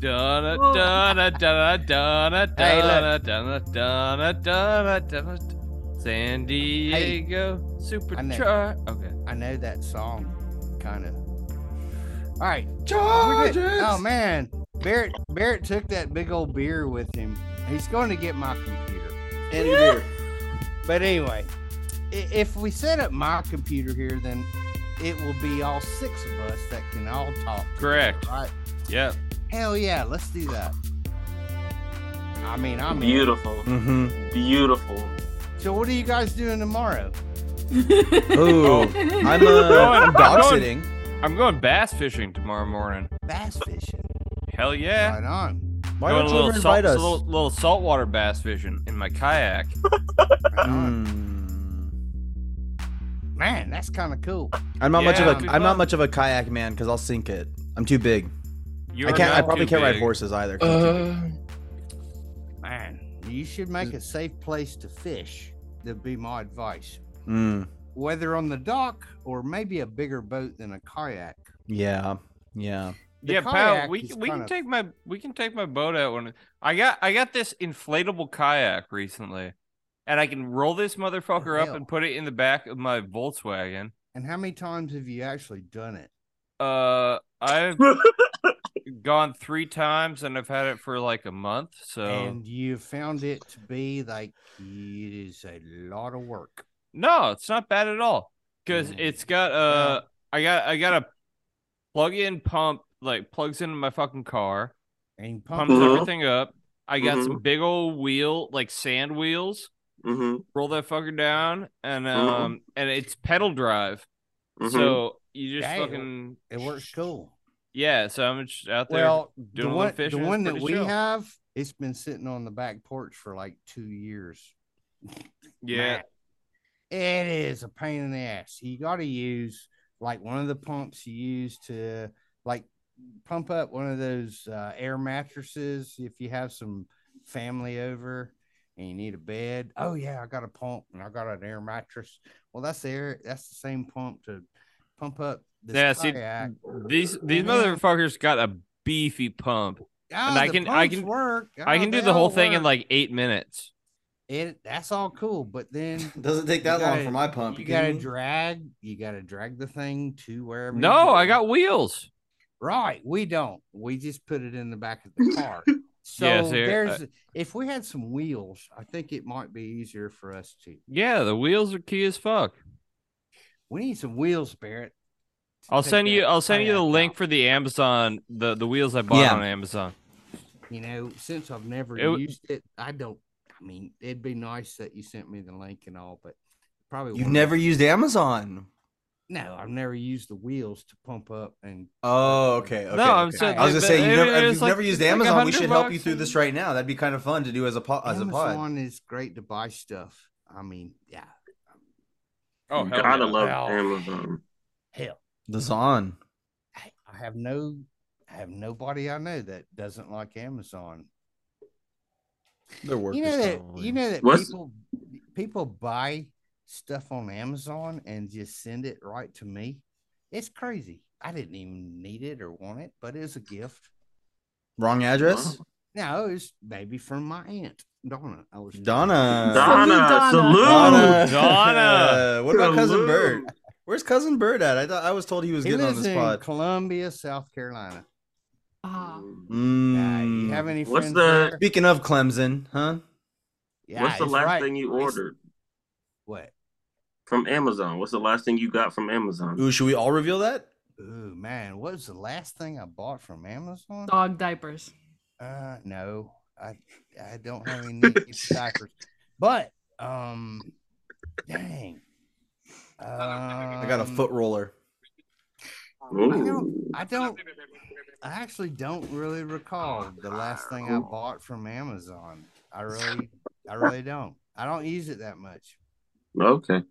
Donna, Whoa. Donna, Donna, Donna, Hey, Donna, look. Donna, Donna, Donna, Donna, San Diego Superchar. Okay. I know that song, kind of. All right. we're Charge good. Oh man, Barrett Barrett took that big old beer with him. He's going to get my computer. Any beer. But anyway, i- if we set up my computer here, then it will be all six of us that can all talk. Correct. Right? Yep. Hell yeah, let's do that. I mean, I'm in. Beautiful. Mm-hmm. Beautiful. So, what are you guys doing tomorrow? Ooh. I'm, uh, Oh. Going- I'm dog going- sitting. I'm going bass fishing tomorrow morning. Bass fishing. Hell yeah. Right on. Why Going don't a you little ever salt- invite a us? little, little saltwater bass fishing in my kayak. Right on. Mm. Man, that's kind of cool. I'm not much Yeah, of it'd a be I'm fun. not much of a kayak man because I'll sink it. I'm too big. You're I can't. I not probably too can't ride big. horses either. 'cause I'm too big. Uh, Man, you should make a safe place to fish. That'd be my advice. Mm, Whether on the dock or maybe a bigger boat than a kayak. yeah. Yeah. The yeah, pal. kayak We is we can kind of- take my we can take my boat out when I got I got this inflatable kayak recently, and I can roll this motherfucker up hell. and put it in the back of my Volkswagen. And how many times have you actually done it? Uh, I've gone three times and I've had it for like a month. So And you found it to be like it is a lot of work. no, it's not bad at all because Mm. it's got uh I got I got a plug-in pump like plugs into my fucking car. And pump pumps Mhm. everything up. I got some big old wheel, like sand wheels. hmm Roll that fucker down, and Uh-huh. um, and it's pedal drive. Mm-hmm. So you just Dang, it- fucking it works cool. yeah. So I'm just out there. Well, doing a the little one, the fishing is one that pretty we chill. have, it's been sitting on the back porch for like two years. yeah, It is a pain in the ass. You got to use like one of the pumps you use to like pump up one of those uh, air mattresses if you have some family over and you need a bed. Oh yeah, I got a pump and I got an air mattress. Well, that's the air. That's the same pump to pump up. This Yeah, see, kayak. these these Yeah. motherfuckers got a beefy pump. Ah, and I the can- I pumps can- work. I Ah, can do they the whole all thing in work. like eight minutes. it. That's all cool, but then Doesn't take that long for my pump. you gotta drag. You gotta drag the thing to wherever. you No, I go. got wheels. Right. We don't. We just put it in the back of the car. So Yeah, so, uh, there's if we had some wheels, I think it might be easier for us to. Yeah, the wheels are key as fuck. We need some wheels, Barrett. to I'll take send you. that I'll send you the kayak link out. for the Amazon the the wheels I bought Yeah. on Amazon. You know, since I've never It w- used it, I don't. I mean, it'd be nice that you sent me the link and all, but probably You've won't. never used Amazon. No, I've never used the wheels to pump up and. Oh, okay. okay. No, I'm okay. saying I was gonna but say you it- never, it if was you've like- never it's used like Amazon. we 100 should help bucks you through and- this right now. That'd be kind of fun to do as a po- as a pod. Amazon is great to buy stuff. I mean, yeah, Oh, hell gotta yeah. love Hell. Amazon. hell. The Zon. I I have no, I have nobody I know that doesn't like Amazon. Their work You know is that probably. you know that What's- people people buy stuff on Amazon and just send it right to me. It's crazy. I didn't even need it or want it, but it's a gift. Wrong address. Wow. No, it's maybe from my aunt Donna. I was Uh, Donna. Donna, Salute, Donna. salute. Donna. what about cousin Salute. Bird? Where's cousin Bird at? I thought I was told he was He getting on lives this in pod. Columbia, South Carolina. Ah. Yeah, you e- Mm. have any Hmm. What's friends the- there? Speaking of Clemson, huh? Yeah, What's the it's last right. thing you It's- ordered What? from Amazon? What's the last thing you got from Amazon? Ooh, should we all reveal that? Ooh, man, what was the last thing I bought from Amazon? Dog diapers. Uh, no, I I don't have any Nikki's diapers, but um, dang, I got a Um, foot roller. Ooh. I don't. I actually don't really recall the last thing I bought from Amazon. I really, I really don't. I don't use it that much. Okay.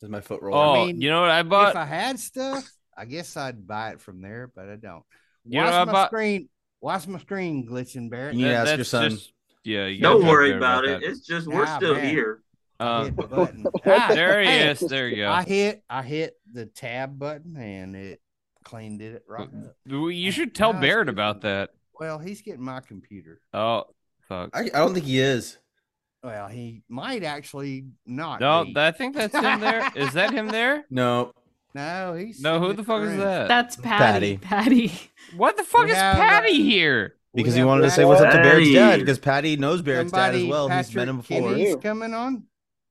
Is my foot roller? Oh, mean, you know what I if bought? I had stuff, I guess I'd buy it from there, but I don't. you know why's what I my bought? screen? Why's my screen glitching, Barrett? You need to That- ask your that's son. just- yeah, you gotta Don't talk worry to her about it. that. It's just we're Nah, still man. here. I Um, hit the button. Ah, there he hey, is. There you I go. hit I hit the tab button and it cleaned it right up. You should tell Nah, it's Barrett good. about that. Well, he's getting my computer. Oh fuck. I, I don't think he is. Well, he might actually not. No, be. I think that's him there. Is that him there? No. no, he's No, who sitting the at fuck is room. that? That's Patty. Patty. Why the fuck We is have, uh, Patty here? We Because he have wanted to Pat- say what's up to Barrett's dad Hey. because Patty knows Barrett's dad as somebody, well. He's met Patrick him before. Kenny's coming on.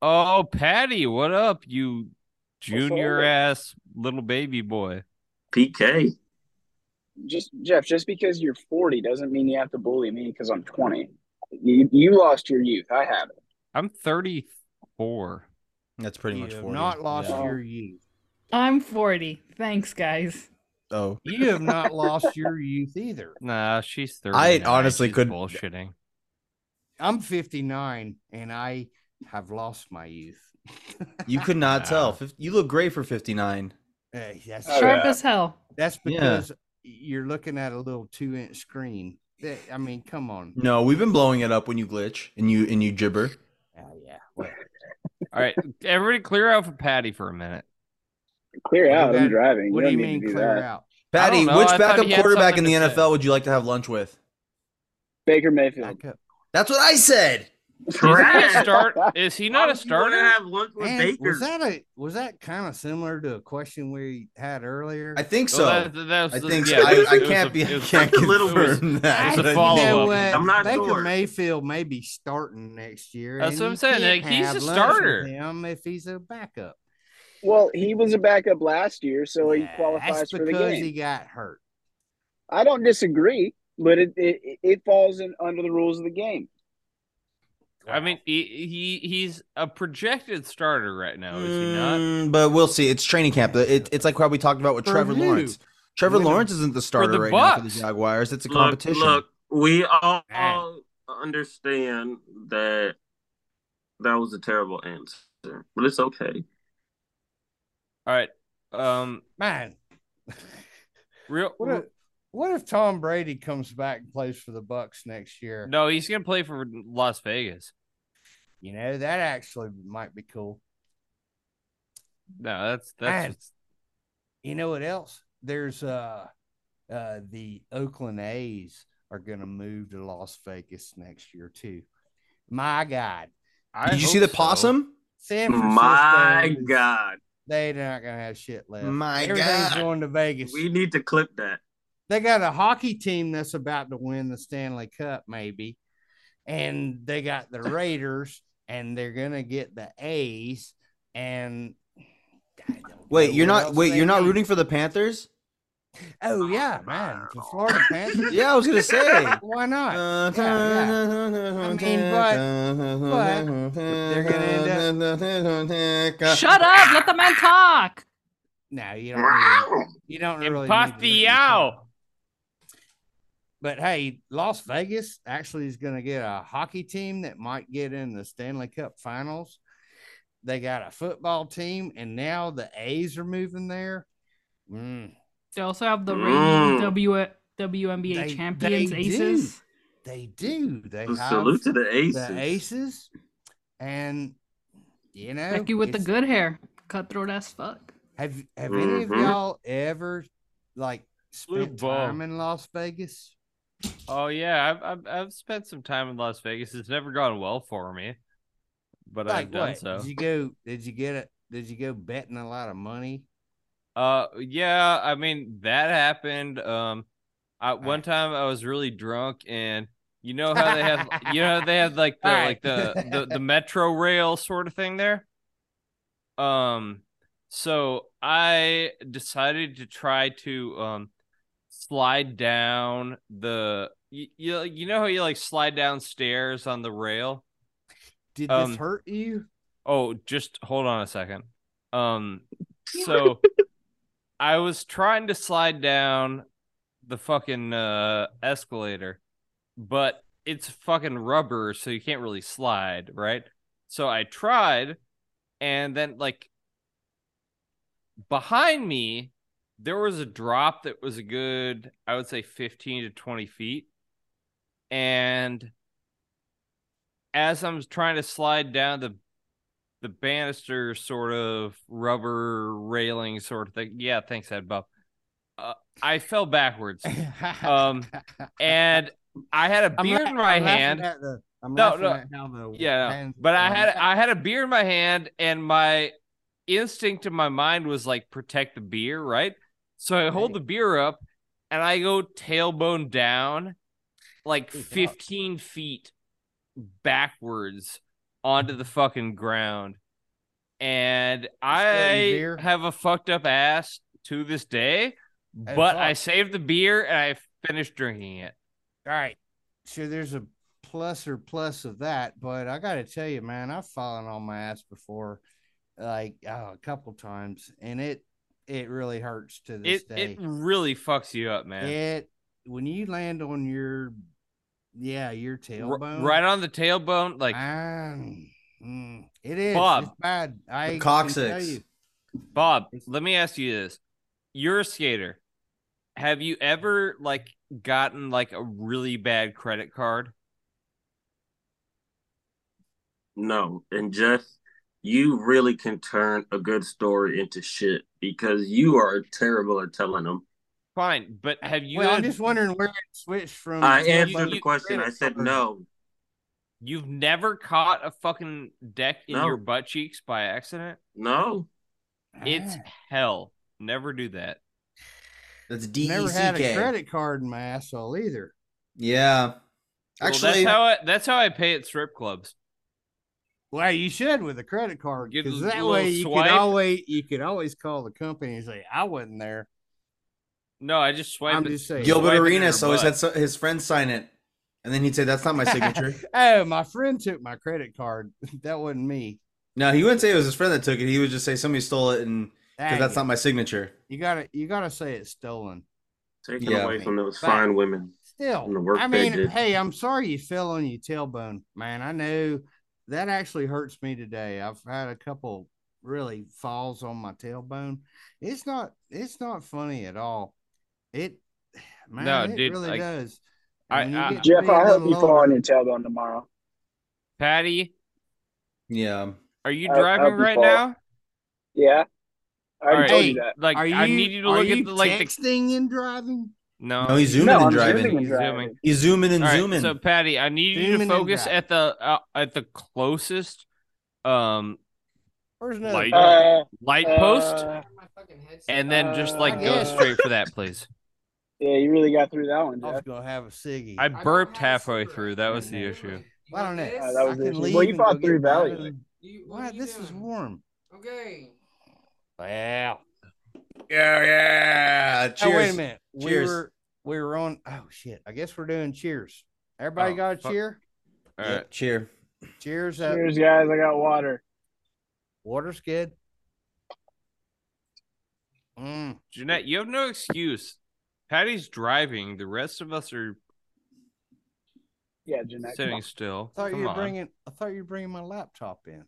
Oh, Patty, what up, you junior ass little baby boy? PK. just Jeff, just because you're 40 doesn't mean you have to bully me because I'm 20. You, you lost your youth. I haven't. I'm 34. That's pretty much You have for not lost Yeah. your youth. I'm 40. Thanks, guys. Oh, You have not lost your youth either. Nah, she's 30. I honestly she's could- bullshitting. I'm 59 and I have lost my youth. you could not Wow. tell. Fif- You look great for 59. Hey, that's Oh, Sharp yeah. as hell. that's Yeah. because you're looking at a little two inch screen. That- I mean, come on. No, we've been blowing it up when you glitch and you and you gibber. Oh, yeah. Well, All right, everybody clear out for Patty for a minute. Clear You out. got- I'm driving. what do don't you need to mean do clear that. out? Patty, know. which I thought backup he had quarterback in something the to NFL say. would you like to have lunch with? Baker Mayfield. Back up. That's what I said. Is he a start? Is he not a starter? Have lunch with And Baker. was that a was that kind of similar to a question we had earlier? I think so. Well, that- that was I the- think so. yeah, it was- I, I it was can't a- be. it I was- can't a little- confirm that. It's a but I- follow-up. you know up. what? I'm not Baker sure. Mayfield may be starting next year. That's and what I'm you saying, can't like, he's a have lunch with starter. Him if he's a backup. Well, he was a backup last year, so he Nah, qualifies that's for the because game. he got hurt. I don't disagree, but it it, it falls in, under the rules of the game. I mean, he, he he's a projected starter right now, is he not? Mm, but we'll see. It's training camp. It, it's like how we talked about with For Trevor who? Lawrence. Trevor With the- Lawrence isn't the starter the right now for Bucks. the Jaguars. It's a Look, competition. Look, we all, Man. understand that that was a terrible answer, but it's okay. All right. Um, Man, real. Mm. what if, what if Tom Brady comes back and plays for the Bucks next year? No, he's gonna play for Las Vegas. You know that actually might be cool. No, that's Man. that's You know what else? There's uh, uh, the Oakland A's are going to move to Las Vegas next year too. My God, I Did you hope see the so. possum? San Francisco My is- God, They're not gonna have shit left. My Everything's God. going to Vegas. we need to clip that. they got a hockey team that's about to win the Stanley Cup, maybe, and they got the Raiders, and they're gonna get the A's. And I don't Wait, know you're what not. else Wait, they you're not need. rooting for the Panthers? Oh yeah, man, the Florida Panthers. Yeah, I was gonna say. why not? Uh, Yeah, I mean, they're Shut up. Let the man talk. no, you don't. Really, you don't really. need to root Impartial. for 'em. But hey, Las Vegas actually is going to get a hockey team that might get in the Stanley Cup Finals. They got a football team, and now the A's are moving there. Mm, They also have the Mm. reigning W WNBA They- champions, they do. Aces. they do. They have Salute to the aces. the Aces, and you know, Becky with the it's- good hair. Cutthroat as fuck. Have Have any of Mhm. y'all ever like Blue spent ball. time in Las Vegas? Oh yeah, I've, I've I've spent some time in Las Vegas. It's never gone well for me, but I've done so. Did you go? Did you get it? Did you go betting a lot of money? Uh, yeah, I mean that happened. Um, I, one Alright. time I was really drunk, and you know how they have, you know how they have like the like Alright. the, the the metro rail sort of thing there. Um, so I decided to try to um slide down the you you, you know how you like slide down stairs on the rail. Did Um, this hurt you? Oh, just hold on a second. Um, so I was trying to slide down the fucking uh, escalator, but it's fucking rubber, so you can't really slide, right? So I tried, and then like behind me, there was a drop that was a good, I would say, fifteen to twenty feet, and as I'm trying to slide down the the banister sort of rubber railing sort of thing. Yeah, thanks, Ed Buff. Uh, I fell backwards Um, and I had a I'm beer la- in my I'm laughing hand. at the- I'm No, laughing no. at how the Yeah, no. hands- But I um, had I had a beer in my hand, and my instinct in my mind was like protect the beer, right? So I hold Right. the beer up, and I go tailbone down, like Good God. fifteen feet backwards onto the fucking ground, and I beer? have a fucked up ass to this day. Oh, But I fuck. saved the beer and I finished drinking it. All right. Sure, there's a plus or plus of that, but I got to tell you, man, I've fallen on my ass before, like oh, a couple times, and it it really hurts to this It day. it really fucks you up, man. It when you land on your yeah your R- tailbone, right on the tailbone, like um, mm, it is Bob. it's bad. I can tell coccyx. you, Bob. Let me ask you this: You're a skater. Have you ever like gotten like a really bad credit card? No, and Jeff, you really can turn a good story into shit because you are terrible at telling them. Fine, but have you? well, I'm just wondering where it switched Mm, from. I tailbone answered to the question. I credit said card. no. You've never caught a fucking deck in No. your butt cheeks by accident. No. Ah, It's hell. Never do that. That's D E never C had a K. credit card in my asshole either. Yeah. Well, Actually, that's how I, that's how I pay at strip clubs. Well, you should with a credit card Give because the that little way you swipe. could always you could always call the company and say I wasn't there. No, I just swipe. I'm it- just saying. swipe Gilbert it in Arenas her always butt. had so, his friends sign it, and then he'd say, "That's not my signature." oh, my friend took my credit card. that wasn't me. no, he wouldn't say it was his friend that took it. He would just say somebody stole it, and Dang because that's it. not my signature. you gotta you gotta say it's stolen. Take it Yeah. away from those Fact. fine women. Still, The work I they mean, did. hey, I'm sorry you fell on your tailbone, man. I know that actually hurts me today. I've had a couple really falls on my tailbone. It's not it's not funny at all. It man, it dude, really like, does. I- And when you I- get to Jeff, be a I hope little you fall older- on your tailbone tomorrow. Patty, Yeah. are you I- I'll driving be right bald. now? Yeah, I All already right. told Hey, you that. Like, Are you, I need you to are look you at the like the texting and driving? no. No, he's zooming no, and I'm driving. zooming and Zooming. driving. He's zooming and Um, All right, zooming. So Patty, I need you Zooming to and focus driving. at the uh, at the closest um Where's Like- another? Uh, light post, uh, and then just like go uh, straight for that, please. yeah, you really got through that one, I was Jeff. Uh, gonna have a ciggy. I burped halfway through. That was the issue. I don't know. Uh, that I was the can issue. leave Well, you and fought go get through Valley another- Link. Why? This is warm. Okay. Wow. yeah, yeah. Cheers. Oh, wait a minute. Cheers. We were we were on. Oh shit! I guess we're doing cheers. Everybody Oh, got a fuck. cheer. All Yeah, right. Cheer. Cheers up. Cheers, guys. I got water. Water's good. Mm. Jeanette, you have no excuse. Patty's driving. The rest of us are Yeah, Jeanette. come sitting on. still. I thought Come you were on. bringing. I thought you were bringing my laptop in.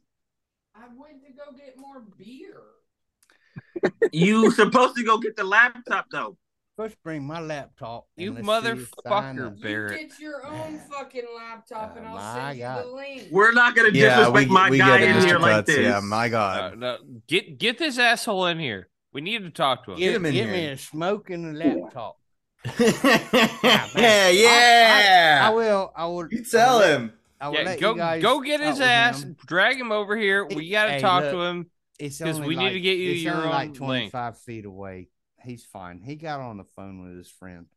I went to go get more beer. You supposed to go get the laptop though. Supposed to bring my laptop. and You let's see if sign motherfucker. up. You Barrett. get your own fucking laptop and Oh, I'll my send you God. the link. We're not gonna disrespect my guy in Mr. here like this. Yeah, my Uh, God. no, get get this asshole in here. We need to talk to him. Yeah. Get, him in get here. me a smoke and a laptop. yeah, yeah. Ah, I will. I will. you tell I will- him. I will Ah. Yeah, let go you guys go get out his with ass, him. drag him over here. We gotta Hey, talk look. to him. It's 'Cause only we need to like- get you it's your only own like link. twenty five feet away. He's fine. He got on the phone with his friend.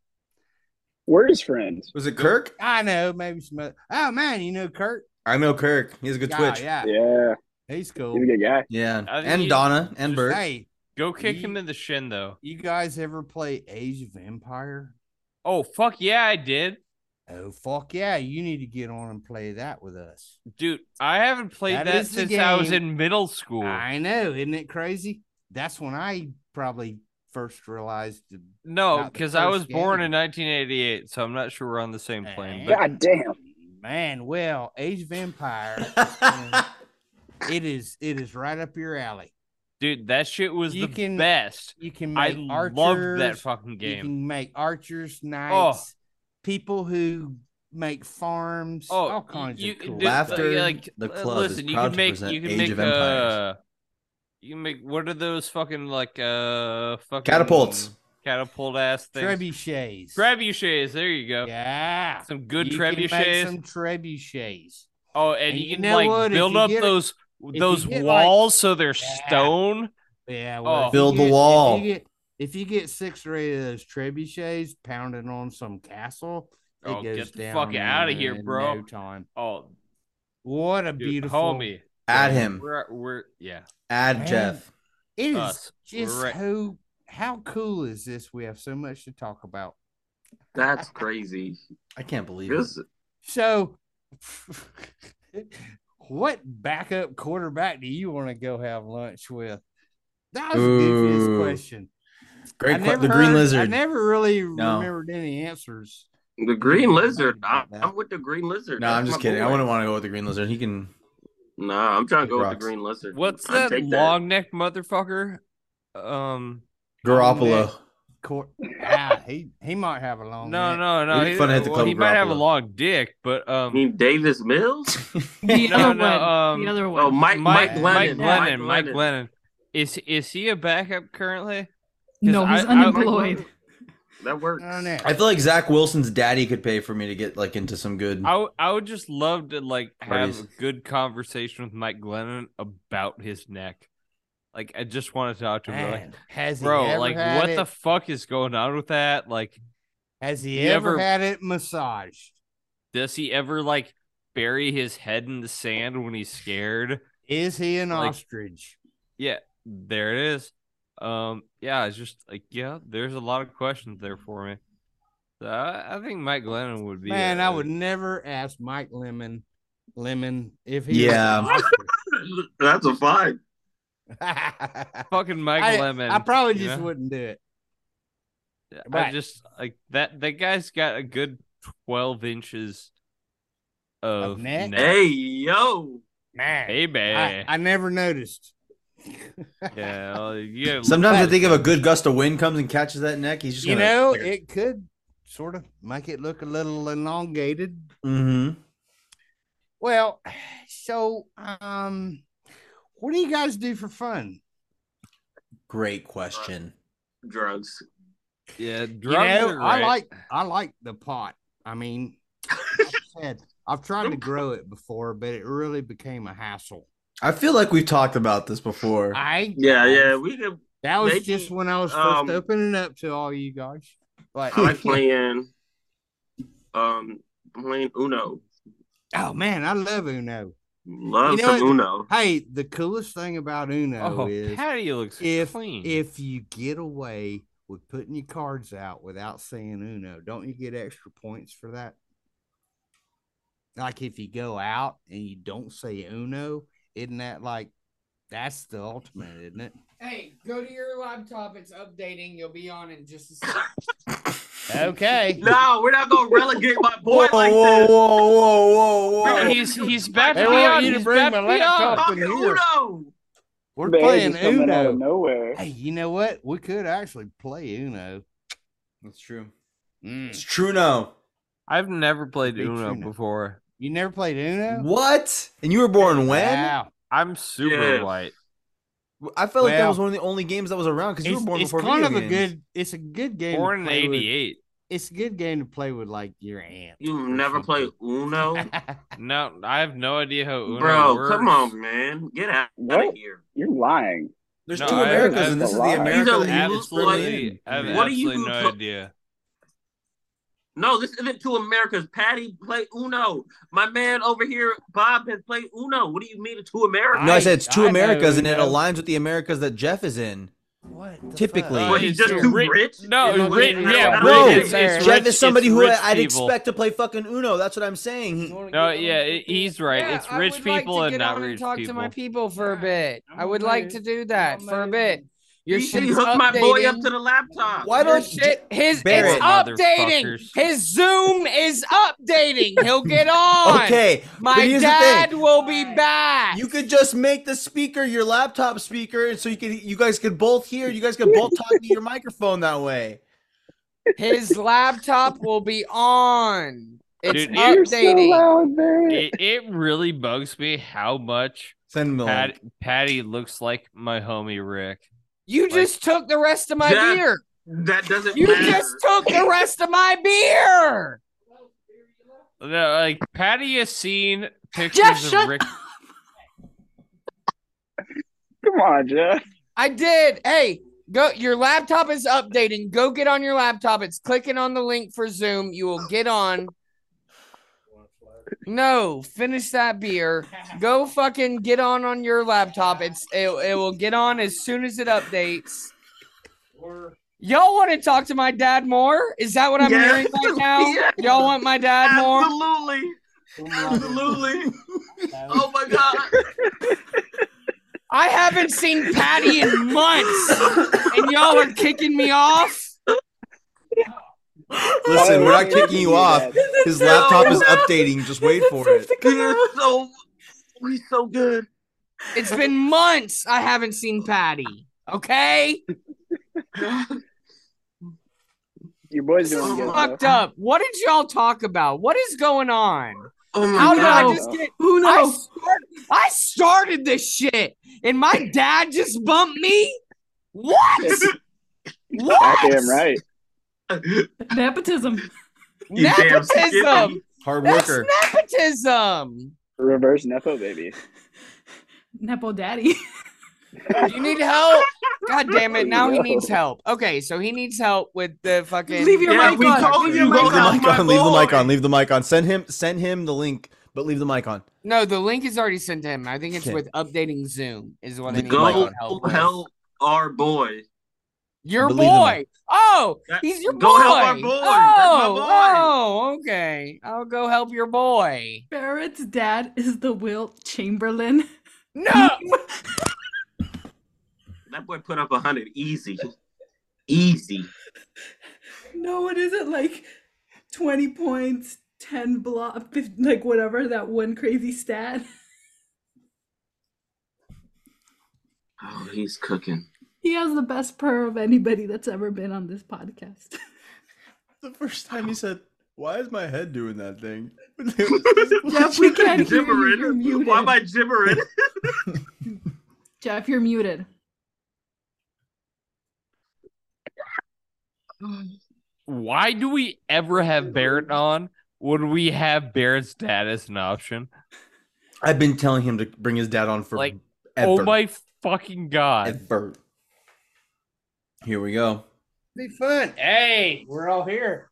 We're his friends. Was it Kirk? I know, maybe some. Other, oh man, you know Kurt. I know Kirk. He has a good yeah, Twitch. Yeah. yeah, Yeah, he's he's a cool. good guy. I think And you- Donna and just- Bert. Hey, Go kick Ye- him in the shin though. you guys ever play Age of Empire? Oh fuck yeah, I did. Oh fuck yeah! You need to get on and play that with us. Dude, I haven't played that, That is the since I was game. in middle school. I know, isn't it crazy? That's when I probably first realized. the- no, not the because I was first born game. Eh. in 1988, so I'm not sure we're on the same plane. But God damn. man! Well, Age of Empire, it is it is right up your alley. dude, that shit was You the can- best. You can I make loved that archers, fucking You game. Oh. can make archers, knights, people who make farms, Oh, all kinds you, of cool dude, stuff. Laughter, Like, the uh, club is listen, you proud can to make, present you can Age make, of Empires. uh, you can make. What are those fucking like uh fucking Catapults. catapult ass things. Trebuchets. Trebuchets. There you go. Yeah. Some good You can make trebuchets. Some trebuchets. Oh, and, And you you can know like what? If build you up get a- those you those get, like- walls so they're Yeah. stone. Yeah. Well, Oh. if you Build the get- if you wall. get- If you, get, six or eight of those trebuchets pounding on some castle, it Oh, goes get the down fuck in- outta here, in bro. No time. Oh, What a dude, beautiful homie. Add him. We're we're yeah. Add Man. Jeff. It is Us. just Right. who. How cool is this? We have so much to talk about. That's crazy. I can't believe it. This So, what backup quarterback do you want to go have lunch with? That was the goofiest Ooh. question. Great. I que- never the Green heard- I Lizard. never really No. remembered any answers. the green lizard. I, About that. I'm with the green lizard. No, That's I'm just my kidding. I boy. wouldn't want to go with the Green Lizard. He can. Nah, I'm trying to It go with rocks. the green lizard. What's I'd that take long necked motherfucker? Um Oh, Garoppolo. Court. Ah, he he might have a long. no, neck. no, no. It'd be He, fun to hit the well, he club might have a Garoppolo. long dick, but I um mean, Davis Mills? The No, other no, one. um, the other one. Oh, Mike, Mike, Mike Mike Lennon. Lennon. Mike Mike Lennon. Lennon. Is is he a backup currently? no, he's I- I- unemployed. That works. No, no. I feel like Zach Wilson's daddy could pay for me to get like into some good. I w- I would just love to like have Parties. a good conversation with Mike Glennon about his neck. Like I just want to talk to him. be Like, Man, has he Bro, ever like had what it? the fuck is going on with that? Like has he you ever ever- had it massaged? does he ever like bury his head in the sand when he's scared? Is he an Like- ostrich? There it is. Um yeah, it's just like yeah, there's a lot of questions there for me. So I, I think Mike Glennon would be Man, I I would never ask Mike Lemon Lemon if he was an Yeah. ostrich. That's a five. fucking Mike I, Glennon. I probably you just know? wouldn't do it. I Right. just like that. That guy's got a good twelve inches of, Of neck? Hey, yo. Man, baby. I, I never noticed. yeah, well, you have- Sometimes I think if a good gust of wind comes and catches that neck, he's just you gonna, know, like, it could sort of make it look a little elongated. mhm. Well, so um, what do you guys do for fun? Great question. Drugs. yeah, drugs You know, are I great. like I like the pot. I mean, like I said, I've tried to grow it before, but it really became a hassle. I feel like we've talked about this before. I Yeah, yeah. We could. That was Maybe, just when I was first um, opening up to all you guys. But I like playing. Um, playing Uno. oh man, I love Uno. Love You know some what? Uno. Hey, the coolest thing about Uno Oh, is Patty looks if clean. if you get away with putting your cards out without saying Uno, don't you get extra points for that? Like if you go out and you don't say Uno, isn't that like that's the ultimate, isn't it? Hey, go to your laptop. It's updating. You'll be on in just a second. Okay. No, we're not gonna relegate my boy like this. whoa, whoa, whoa, Bro, he's he's back They to want beyond. you to He's bring back my to beyond. laptop. Fucking in here. Uno. We're Bears playing is coming out of Uno. nowhere. Hey, you know what? We could actually play Uno. That's true. Mm. It's true now. I've never played Big Uno Uno. before. You never played Uno? What? And you were born when? Wow. I'm super Yeah. white. I felt like that Well- was one of the only games that was around because you It's, were born it's before kind of video a games. good. It's a good game. to Born in play with- '88. It's a good game to play with like your aunt. You've or never played something. Uno, No, I have no idea how Uno bro. works. Come on, man. Get out of What? here. You're lying. There's No, two I- Americas, I've- and this is the These are America Absolutely. that you just really Absolutely, I have What do absolutely you no co- idea. No, this isn't to America's. Patty play Uno. My man over here, Bob, has played Uno. What do you mean it's to America? No, I said it's I- two I Americas, know, and you it know. aligns with the Americas that Jeff is in. What? the Typically. What, fuck? he's Uh, just it's too ri- rich? No, Is what ri- it is? yeah, I Bro, don't rich, get it's, it. it's Jeff rich- is somebody it's who I- rich I'd people. expect to play fucking Uno. That's what I'm saying. He- No, yeah, it- he's right. Yeah, it's I rich would like to people and get not on rich talk people. to my people for a Yeah, bit. I'm I would like to do that for a bit. Your You should shit's hook my boy up to updating. the laptop. Why Your don't shit, his Barrett, it's updating. motherfuckers. His Zoom is updating. He'll get on. Okay, but My here's dad the thing. will be back. You could just make the speaker your laptop speaker, and so you could you guys could both hear. You guys could both talk to your microphone that way. His laptop will be on. It's Dude, You're so updating. loud, Barrett. it, it really bugs me how much Send me. the link. Pat, Patty looks like my homie Rick. you just took the rest of my Jeff, beer. That doesn't You matter. just took the rest of my beer. No, like Patty has seen pictures Jeff, of shut Rick. up. Come on, Jeff. I did. Hey, go. Your laptop is updating. Go get on your laptop. It's clicking on the link for Zoom. You will get on. No, finish that beer. Go fucking get on on your laptop. It's it, it will get on as soon as it updates. Y'all want to talk to my dad more? Is that what I'm Yes. hearing right now? Yes. Y'all want my dad more? Absolutely. Absolutely. oh my god. I haven't seen Patty in months, and y'all are kicking me off. Listen, we're Why not would you kicking you do off. that? His laptop is updating. Just wait for it. You're so he's so good. It's been months I haven't seen Patty. Okay? Oh Your boy's doing So good. Fucked though. up. What did y'all talk about? What is going on? Oh my How did god. I just get Who knows? I, start- I started this shit and my dad just bumped me? What? what? Goddamn right. Nepotism. You damn Nepotism. skippy. Hard That's worker. nepotism. Reverse Nepo baby. Nepo daddy. You need help? God damn it. Now he No. needs help. Okay, so he needs help with the fucking Leave your Yeah, mic we on. told Leave you your go Leave the on, mic my on. Leave the mic boy. on. Leave the mic on. Send him. Send him the link, but leave the mic on. No, the link is already sent to him. I think it's Okay. with updating Zoom is what I need my Go own help with. help our boy. Your Believe in boy. Oh, That- he's your go boy. help our boy. That's my Oh, boy. oh, okay. I'll go help your boy. Barrett's dad is the Wilt Chamberlain. No, That boy put up a hundred easy. Easy. No, it isn't like 20 points, 10 block, 50, like whatever that one crazy stat. Oh, he's cooking. He has the best purr of anybody that's ever been on this podcast. The first time he said, "Why is my head doing that thing?" Jeff, we can't hear you. You're Gibbering. muted. Why am I gibbering? Jeff, you're muted. Why do we ever have Barrett on when we have Barrett's dad as an option? I've been telling him to bring his dad on for Like, ever, Oh my fucking god! ever. Here we go. Be fun. hey, we're all here.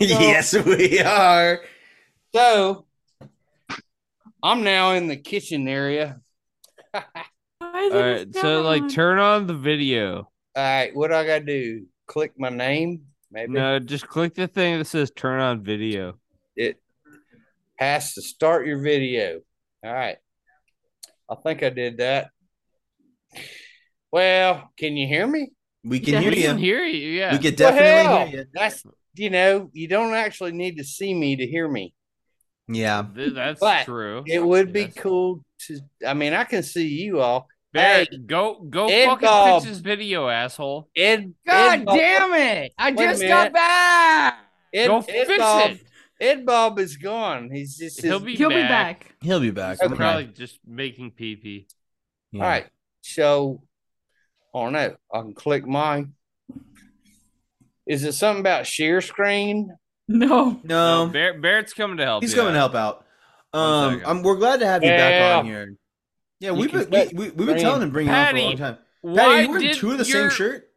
yes, we are. So I'm now in the kitchen area. All Why is All it right, his so dad like on? turn on the video. right, what do I gotta do? Click my name, maybe No, just click the thing that says turn on video. it has to start your video. All right, I think I did that. Well, can you hear me? We can Yeah. hear We you. can hear you. Yeah. We can The hell? definitely hear That's you know, you don't actually need to see me to hear me. you. Yeah. Th- That's But true. It would be Yes. cool to I mean, I can see you all. Barrett, go go Ed fucking Bob. fix this video, asshole. Ed God damn it. I a just minute. got back. Ed, go Ed fix Bob, it. Ed Bob is gone. He's just He'll his- be He'll back. be back. He'll be back. He's Okay. Probably just making pee pee. Yeah. all right. So I don't know. I can click mine. Is it something about share screen? No. No, No, Bar- Barrett's coming to help. Um, he's you coming to out. help out. One Um, second. I'm, we're glad to have you back Yeah. on here. Yeah, You we've can been we, bet- we, we've been Green. telling him to bring you on for a Patty, long time. Patty, Why you wearing did two of the your- same shirt?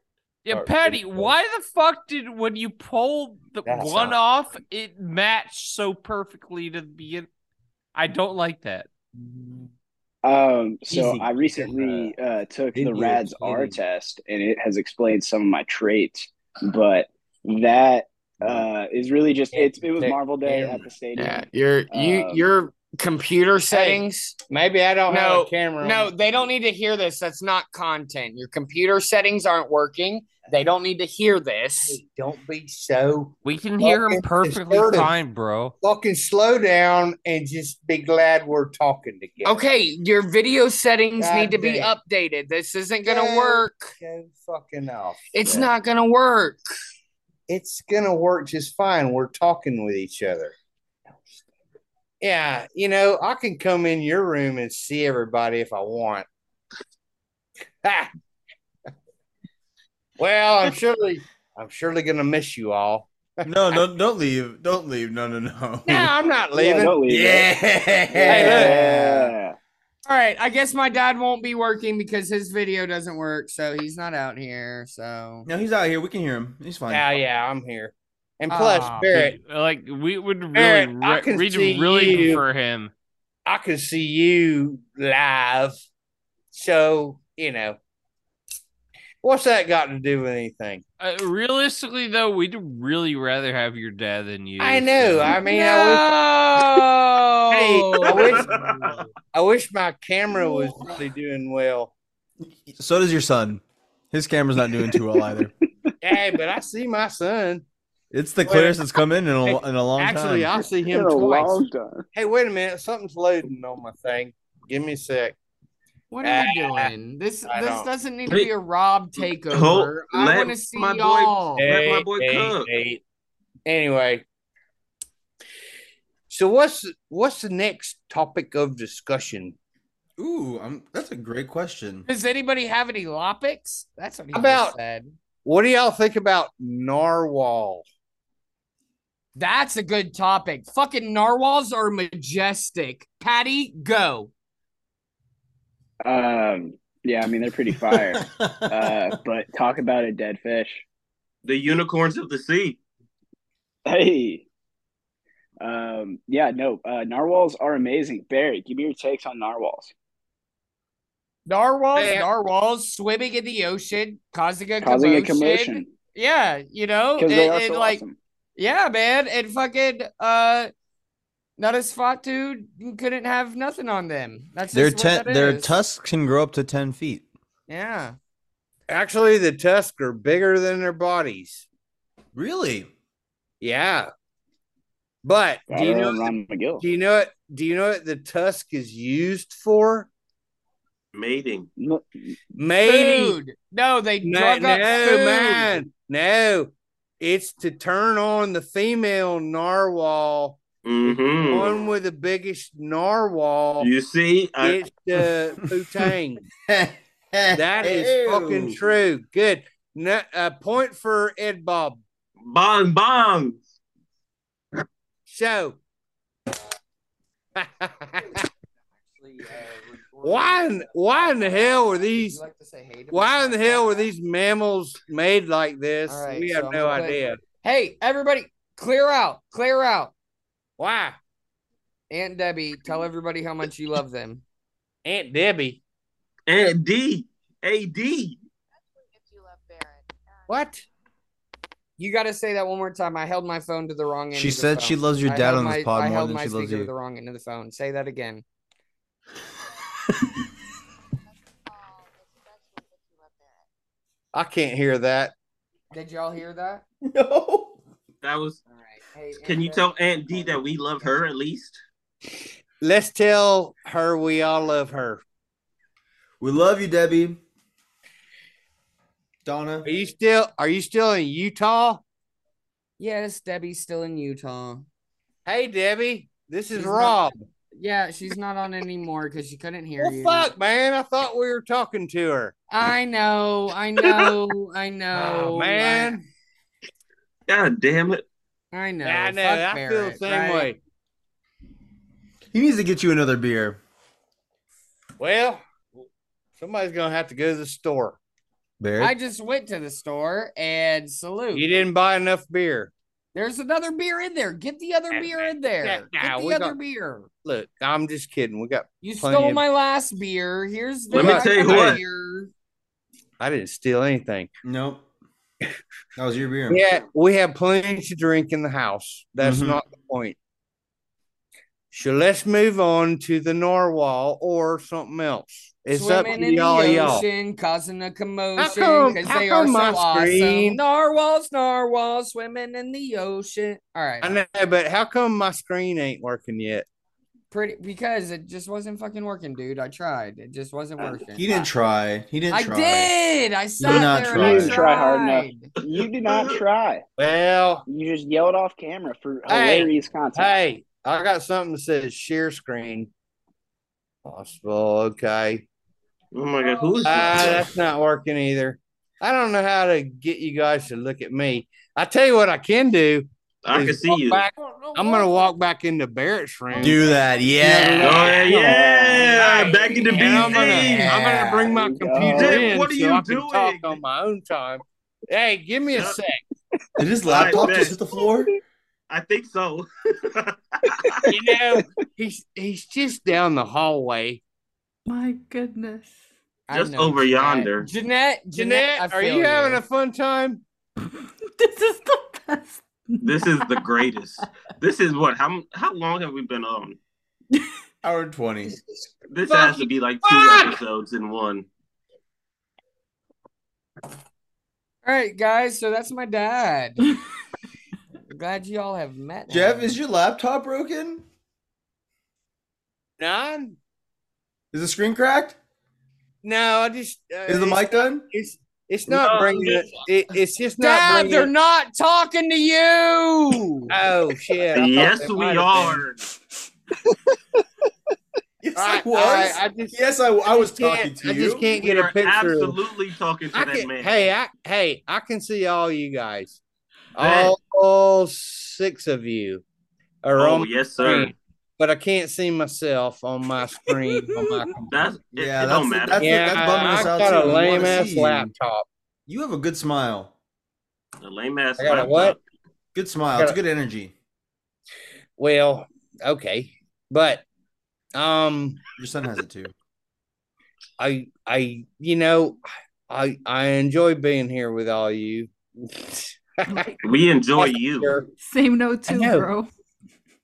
Yeah, Or- Patty, why the fuck did when you pulled the That's one not- off, it matched so perfectly to the begin? I don't like that. Um, so Easy. I recently uh, took the Indian RADS R lady. test, and it has explained some of my traits. But that uh, is really just it's, it was Yeah. Marvel Day at the stadium. Yeah, your you Um, your computer settings. maybe I don't have a camera. No, they don't need to hear this. That's not content. Your computer settings aren't working. They don't need to hear this. don't be so We can hear him it's perfectly assertive. fine, bro. fucking slow down and just be glad we're talking together. Okay, your video settings need to be updated. This isn't gonna work. Go fucking off. It's not gonna work. It's gonna work just fine. We're talking with each other. Yeah, you know, I can come in your room and see everybody if I want. Ha! well, I'm sure I'm surely gonna miss you all. No, no, don't leave. Don't leave. No, no, no. No, I'm not Yeah, leaving. don't leave Yeah. it. Hey, Yeah. All right, I guess my dad won't be working because his video doesn't work, so he's not out here. So No, he's out here. We can hear him. He's fine. Yeah, yeah, I'm here. And plus, Aw, Barrett, Like we would really, Barrett, I re- can we'd see really you. prefer him. I can see you live. So, you know. What's that got to do with anything? Uh, realistically, though, we'd really rather have your dad than you. I know. so- I mean, I, wish, Hey, no. I wish- I wish my camera was really doing well. So does your son. His camera's not doing too well either. Hey, but I see my son. It's the clearest that's come in in a, in a long Actually, time. I see It's him been a twice. long time. Hey, wait a minute. Something's loading on my thing. Give me a sec. What are we doing? This I this don't- doesn't need to be a Rob takeover. I let want to see my boy- y'all. Let my boy cook. hey. Anyway. So what's what's the next topic of discussion? Ooh, I'm, that's a great question. Does anybody have any lopics? That's what he About- just said. What do y'all think about narwhal? That's a good topic. Fucking narwhals are majestic. Patty, go. Um, yeah, I mean they're pretty fire. uh, but talk about a dead fish. The unicorns of the sea. Hey. Um, yeah, no, uh, narwhals are amazing. Barry, give me your takes on narwhals. Narwhals, Man. narwhals swimming in the ocean, causing a Causing commotion. a commotion Yeah, you know, because they and- are and, so like awesome. yeah, man, and fucking uh, not a spot dude couldn't have nothing on them. That's Their, just what ten, that their is. tusks can grow up to 10 feet. Yeah, Actually, the tusks are bigger than their bodies. Really? Yeah. But do you know Ron McGill? do you know it do you know what the tusk is used for? Mating. No, Maybe food. No, they No, drug up no, food. man. No. It's to turn on the female narwhal, Mm-hmm. one with the biggest narwhal. You see, I, It's the putang. that That is fucking true. Good. No, a point for Ed Bob. bong bong. So, uh, why in, why in the hell were these? Why in the hell were these mammals made like this? All right, we have so I'm no gonna- idea. Hey, everybody, clear out, clear out. Why, Aunt Debbie, tell everybody how much you love them. Aunt Debbie? And D. A D. What? You got to say that one more time. I held my phone to the wrong end. She of the said she phone. loves your I dad held on this my- pod I more held than my she loves speaker to the you. wrong end of the phone. Say that again. I can't hear that. Did y'all hear that? No. That was. All right. Hey, Can Aunt you Debbie. tell Aunt D that we love her at least? Let's tell her we all love her. We love you, Debbie. Donna. Are you still Are you still in Utah? Yes, Debbie's still in Utah. Hey, Debbie. This is She's not- Rob. Yeah, she's not on anymore because she couldn't hear Well, you. fuck, man. I thought we were talking to her. I know, I know, I know, Oh, man. God damn it. I, I know. Yeah, I know. Fuck I feel the Barrett, same right? way. He needs to get you another beer. Well, somebody's gonna have to go to the store. Barry. I just went to the store and salute. You didn't buy enough beer. There's another beer in there. Get the other Nah, beer in there. nah, Get the we other got- beer. Look, I'm just kidding. We got. You Plenty stole of- my last beer. Here's the Let me other tell you what. beer. I didn't steal anything. Nope. That was your beer. Yeah, we have plenty to drink in the house. That's Mhm. not the point. So let's move on to the narwhal or something else. It's up Swimming to in y'all, the y'all. ocean, causing a commotion come- because how they are come so my awesome. screen- Narwhals, narwhals, swimming in the ocean. All right, I know, but how come my screen ain't working yet? pretty because it just wasn't fucking working, dude. I tried. It just wasn't Uh, working. He didn't try. He didn't I try. did. I sat not there. try. And You I didn't try hard enough. tried. you did not try. Well, You just yelled off camera for Hey, hilarious content. hey, I got something that says share screen. Possible. Okay. Oh my God. Who is Ah, this? Uh, that's not working either. I don't know how to get you guys to look at me. I tell you what I can do. I is can see walk you. back- I'm gonna walk back into Barrett's room. Do that, Oh, yeah. yeah, yeah. Nice. Back into And I'm gonna, BC. I'm gonna bring my There you computer go. in What are so you I can talk doing? on my own time. Hey, give me a Yeah. sec. Did his laptop bet. just hit the floor? I think so. You know, he's he's just down the hallway. My goodness. I Just know, over Jeanette. yonder. Jeanette, Jeanette, Jeanette, I are feel you having a fun time? This is the best. This is the greatest. This is what? How how long have we been on? Hour twenty. This Fuck. has to be like two Fuck. episodes in one. All right, guys. So that's my dad. Glad you all have met. Jeff, him. is your laptop broken? Nine? Is the screen cracked? No, I just uh, Is the it's- mic done? It's it's not No, bringing it, it. It's just not Dad, bringing. they're it- not talking to you. Oh shit! I thought Yes, they we might have been. are. Yes, I, I was. I, I just yes, I, I was can't- talking to I you. just can't We get a are picture. of- absolutely talking to I that can, man. hey, I, hey, I can see all you guys. That- All, all six of you are oh, on, yes, sir. screen. but I can't see myself on my screen. on my computer. That's it, Yeah, it that's don't the- matter. that's- yeah, bumming us I out got too. a We wanna lame ass see you. laptop. You have a good smile. The lame ass I got a laptop. what? Good smile. It's good energy. Well, okay, but um, Your son has it too. I, I, you know, I, I enjoy being here with all you. We enjoy you. Sure. Same note too, know. bro.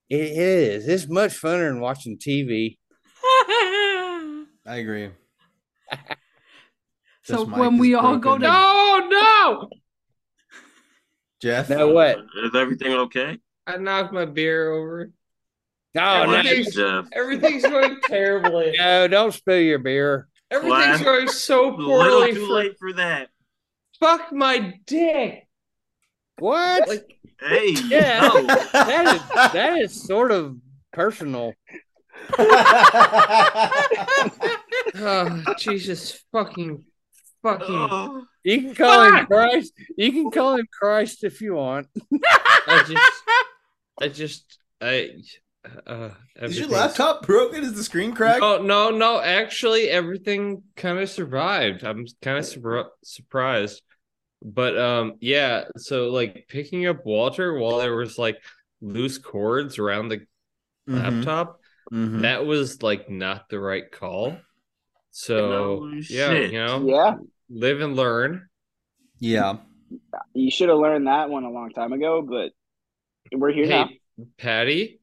It is. It's much funner than watching TV. I agree. so This mic when is we all broken. go no, down, no. Jeff. No what? Uh, Is everything okay? I knocked my beer over. No, What no, Everything- happened, Jeff? Everything's going terribly. no, Oh, don't spill your beer. Everything's Glad- going so A little poorly. too for- late for that. Fuck my dick. What? Like- Hey, Yeah. no. that is that is sort of personal. Oh, Jesus fucking fucking. Oh, You can call him Fuck! Christ. You can call him Christ if you want. I just, I just, I. Uh, is your everything's- laptop broken? Is the screen cracked? Oh, No, no, no. Actually, everything kind of survived. I'm kind of surpri- surprised, but um, yeah. So like picking up Walter while there was like loose cords around the Mm-hmm. Mhm, laptop, mhm. that was like not the right call. So No yeah, shit. you know, Yeah, live and learn. Yeah. you should have learned that one a long time ago, but we're here now. hey, Patty,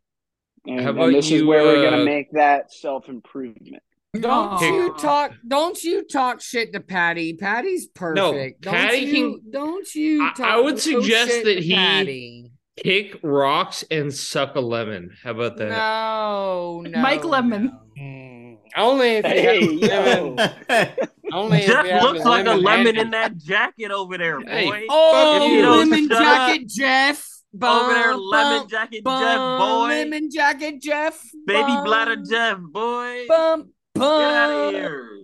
And, how and about this is you, where we're uh, gonna make that self improvement. Don't Aw. you Hey. talk- Don't you talk shit to Patty. Patty's perfect. Don't Patty you, Don't you? I- Talk I would no suggest shit that to he- Patty. kick rocks and suck a lemon. How about that? No, no. Mike Lemon. Mm, Only if you Hey, have a yo. lemon. Only if Jeff you have looks like a lemon in handy. that jacket over there, boy. Hey. Oh, Fucking yo, lemon shut jacket, Jeff. Bum, over there, lemon bum, jacket bum, Jeff, boy. Lemon jacket, Jeff. Baby bum, bladder Jeff, boy. Bum, Get bum. out of here.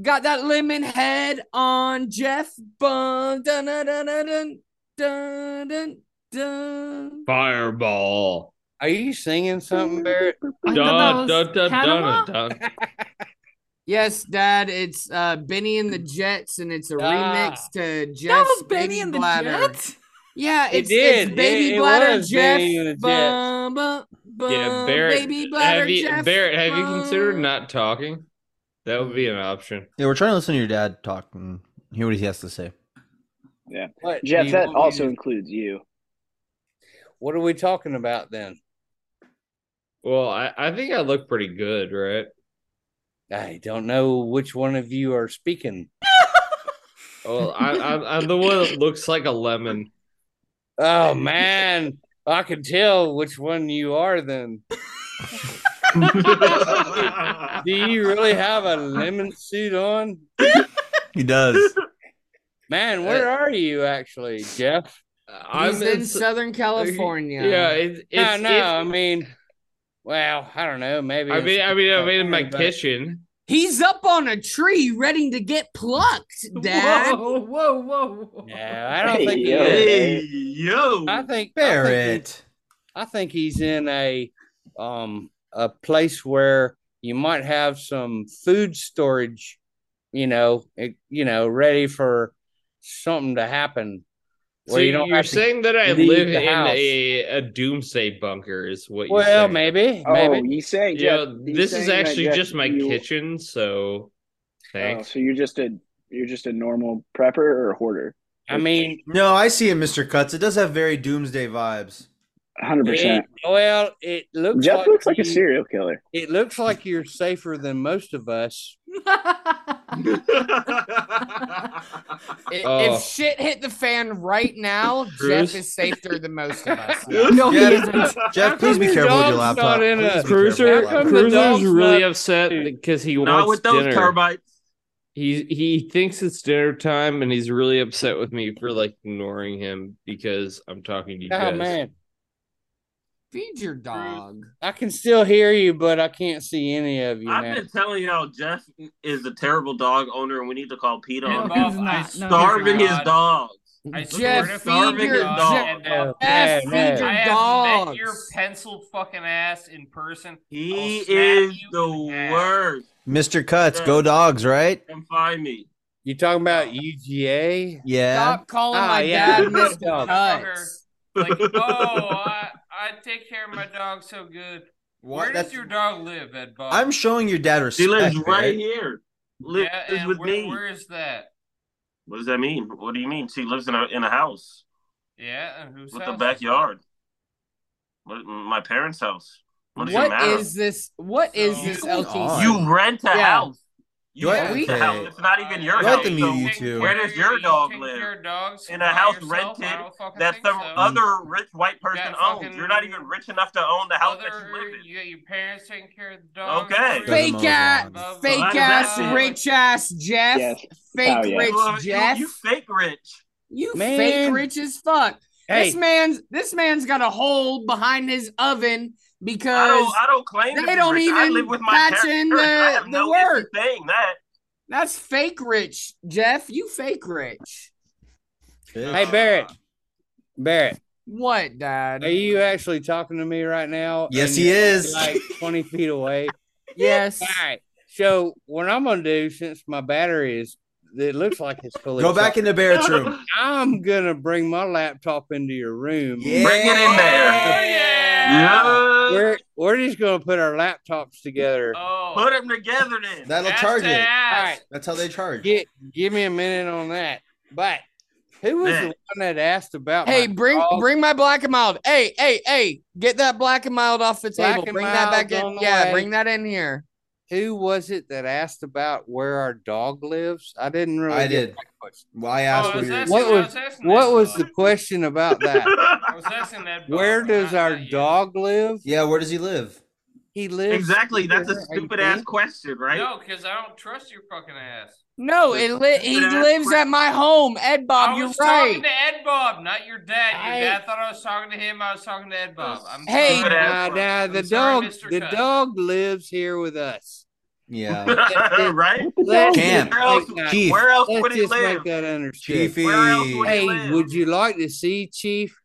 Got that lemon head on Jeff. Bum, dun, dun, dun, dun, dun, dun, dun, dun. Fireball. Are you singing something, Barrett? I Dun, thought dun, that dun, was Panama. dun, dun, dun. Yes, Dad, it's uh Benny and the Jets, and it's a remix Ah. to Jeff's That was Baby Benny and the Bladder. Jets. Yeah, It it's, did. it's Baby It- it Bladder was Jeff. Benny and the Jets. Bum, bum, bum, Yeah, Barrett. Baby Bladder have you, Jeff. Barrett, have you considered bum. not talking? That would be an option. yeah, we're trying to listen to your dad talk and hear what he has to say. What, do Jeff, you that want me also to- includes you. What are we talking about then? Well, I, I think I look pretty good, right? I don't know which one of you are speaking. Well, I, I'm, I'm the one that looks like a lemon. Oh man, I can tell which one you are. Then, do you really have a lemon suit on? He does. Man, Uh, where are you actually, Jeff? He's I'm in, in, s- Southern California. Yeah, it, it's, no, no, I it's- mean, well, I don't know. Maybe I it's- mean, I mean, I mean, in my but kitchen. He's up on a tree ready to get plucked, Dad. Whoa, whoa, whoa. whoa. No, I don't Hey, think he yo. is. Hey, yo. I think I think, Barrett. he- I think he's in a um a place where you might have some food storage, you know, it, you know, ready for something to happen. So Where you don't you're have to- saying that I leave live the in house. a, a doomsday bunker is what you're well, saying. maybe, Oh, maybe. you saying Yeah, Jeff, you this saying is that, actually Jeff, just my you- kitchen, so oh, thanks. so you're just a you're just a normal prepper or a hoarder? I mean, No, I see it, Mr. Cuts. It does have very doomsday vibes. hundred it, percent. well, it looks Jeff like looks like a you- serial killer. It looks like you're safer than most of us. I- Oh. If shit hit the fan right now, Bruce? Jeff is safer than most of us. No, he Jeff, isn't. Jeff, please be How come your careful with your dog's laptop. not in a- Please be careful Cruiser, with your How come laptop. the Cruiser's dog's really not- upset because he Not wants with those dinner. termites. He he thinks it's dinner time, and he's really upset with me for like ignoring him because I'm talking to you Oh guys. man, Feed your dog. I can still hear you, but I can't see any of you now. I've been telling y'all Jeff is a terrible dog owner and we need to call Peter No, on he's not. him. No, He's he's starving his not. dogs. I Jeff, swear to feed God, your dog. dog. Yeah, Jeff, yeah. feed I your have dogs. met your pencil fucking ass in person. He I'll smack is you the in half. worst. Mr. Cuts, go dogs, right? Come find me. You talking Oh. about UGA? Yeah. Stop calling Ah, my yeah. dad Mr. Dog. Cuts. Like, oh, I, I take care of my dog so good. What? Where does That's- your dog live, Ed Bob? I'm showing your dad respect. He lives Barrett. right here. Lives yeah, and with where, me. where is that? What does that mean? What do you mean? She lives in a in a house Yeah, and who's with a backyard. What, my parents' house. What does it What matter? is this? What is So- this Going LTC? on? You rent a Yeah. house. You Do I- rent a okay. house. It's not even your Do I have house. to mute so you two? Where does your dog live? In a house rented that some other rich white person got owns. fucking You're not even rich enough to own the house that Other, you live in. you got your parents taking care of the dog. Okay. for you. Fake Doesn't ass, matter. fake Well, ass, that's it. rich ass Jeff. Yes. Fake Oh, yeah. rich You are- you- Jeff. You You, fake rich. fake Man. rich as fuck. Hey, This man's this man's got a hole behind his oven I because don't. I don't claim. to they be don't rich. I even live with my patch parents. in the- I have the no work. issue saying that. that's fake rich, Jeff. You fake rich. hey, Barrett. Barrett, What, Dad? are you uh, actually talking to me right now? Yes, And he you're is. Like twenty feet away. yes. All right. So what I'm gonna do, since my battery is, it looks like it's fully. Go back charged, into Barrett's room. I'm gonna bring my laptop into your room. Yeah. Bring it in there. Yeah. We're we're just gonna put our laptops together. Oh, Put them together then. That'll ass charge to it. ass. All right. That's how they charge. Get, give me a minute on that. But who was the Man. one that asked about? Hey, my bring dog? bring my black and mild. Hey, hey, hey, get that black and mild off the Black table. and Bring that back Mild's on in. the Yeah, way. bring that in here. Who was it that asked about where our dog lives? I didn't really. I get did. that question. Well, I Oh, asked I what was you're. asking- What I was- asking Ed What was Bob. the question about that? I was asking Ed Bob, Where but does not- our not you. dog live? Yeah, where does he live? He lives exactly. That's a somewhere, I stupid ass think. question, right? No, because I don't trust your fucking ass. No, it li- he Stupid ass lives question. at my home. Ed Bob, I you're was right. talking to Ed Bob, not your dad. Your I- dad thought I was talking to him. I was talking to Ed Bob. I'm Hey, Stupid sorry. ass Now, question. now the I'm sorry, dog, Mr. the Cut. dog lives here with us. Yeah. right? What the Let- dog Cam. Where else? Like, Chief. Where else would Let's he just live? make that understood. Chiefy. Where else would Hey, he live? would you like to see Chief?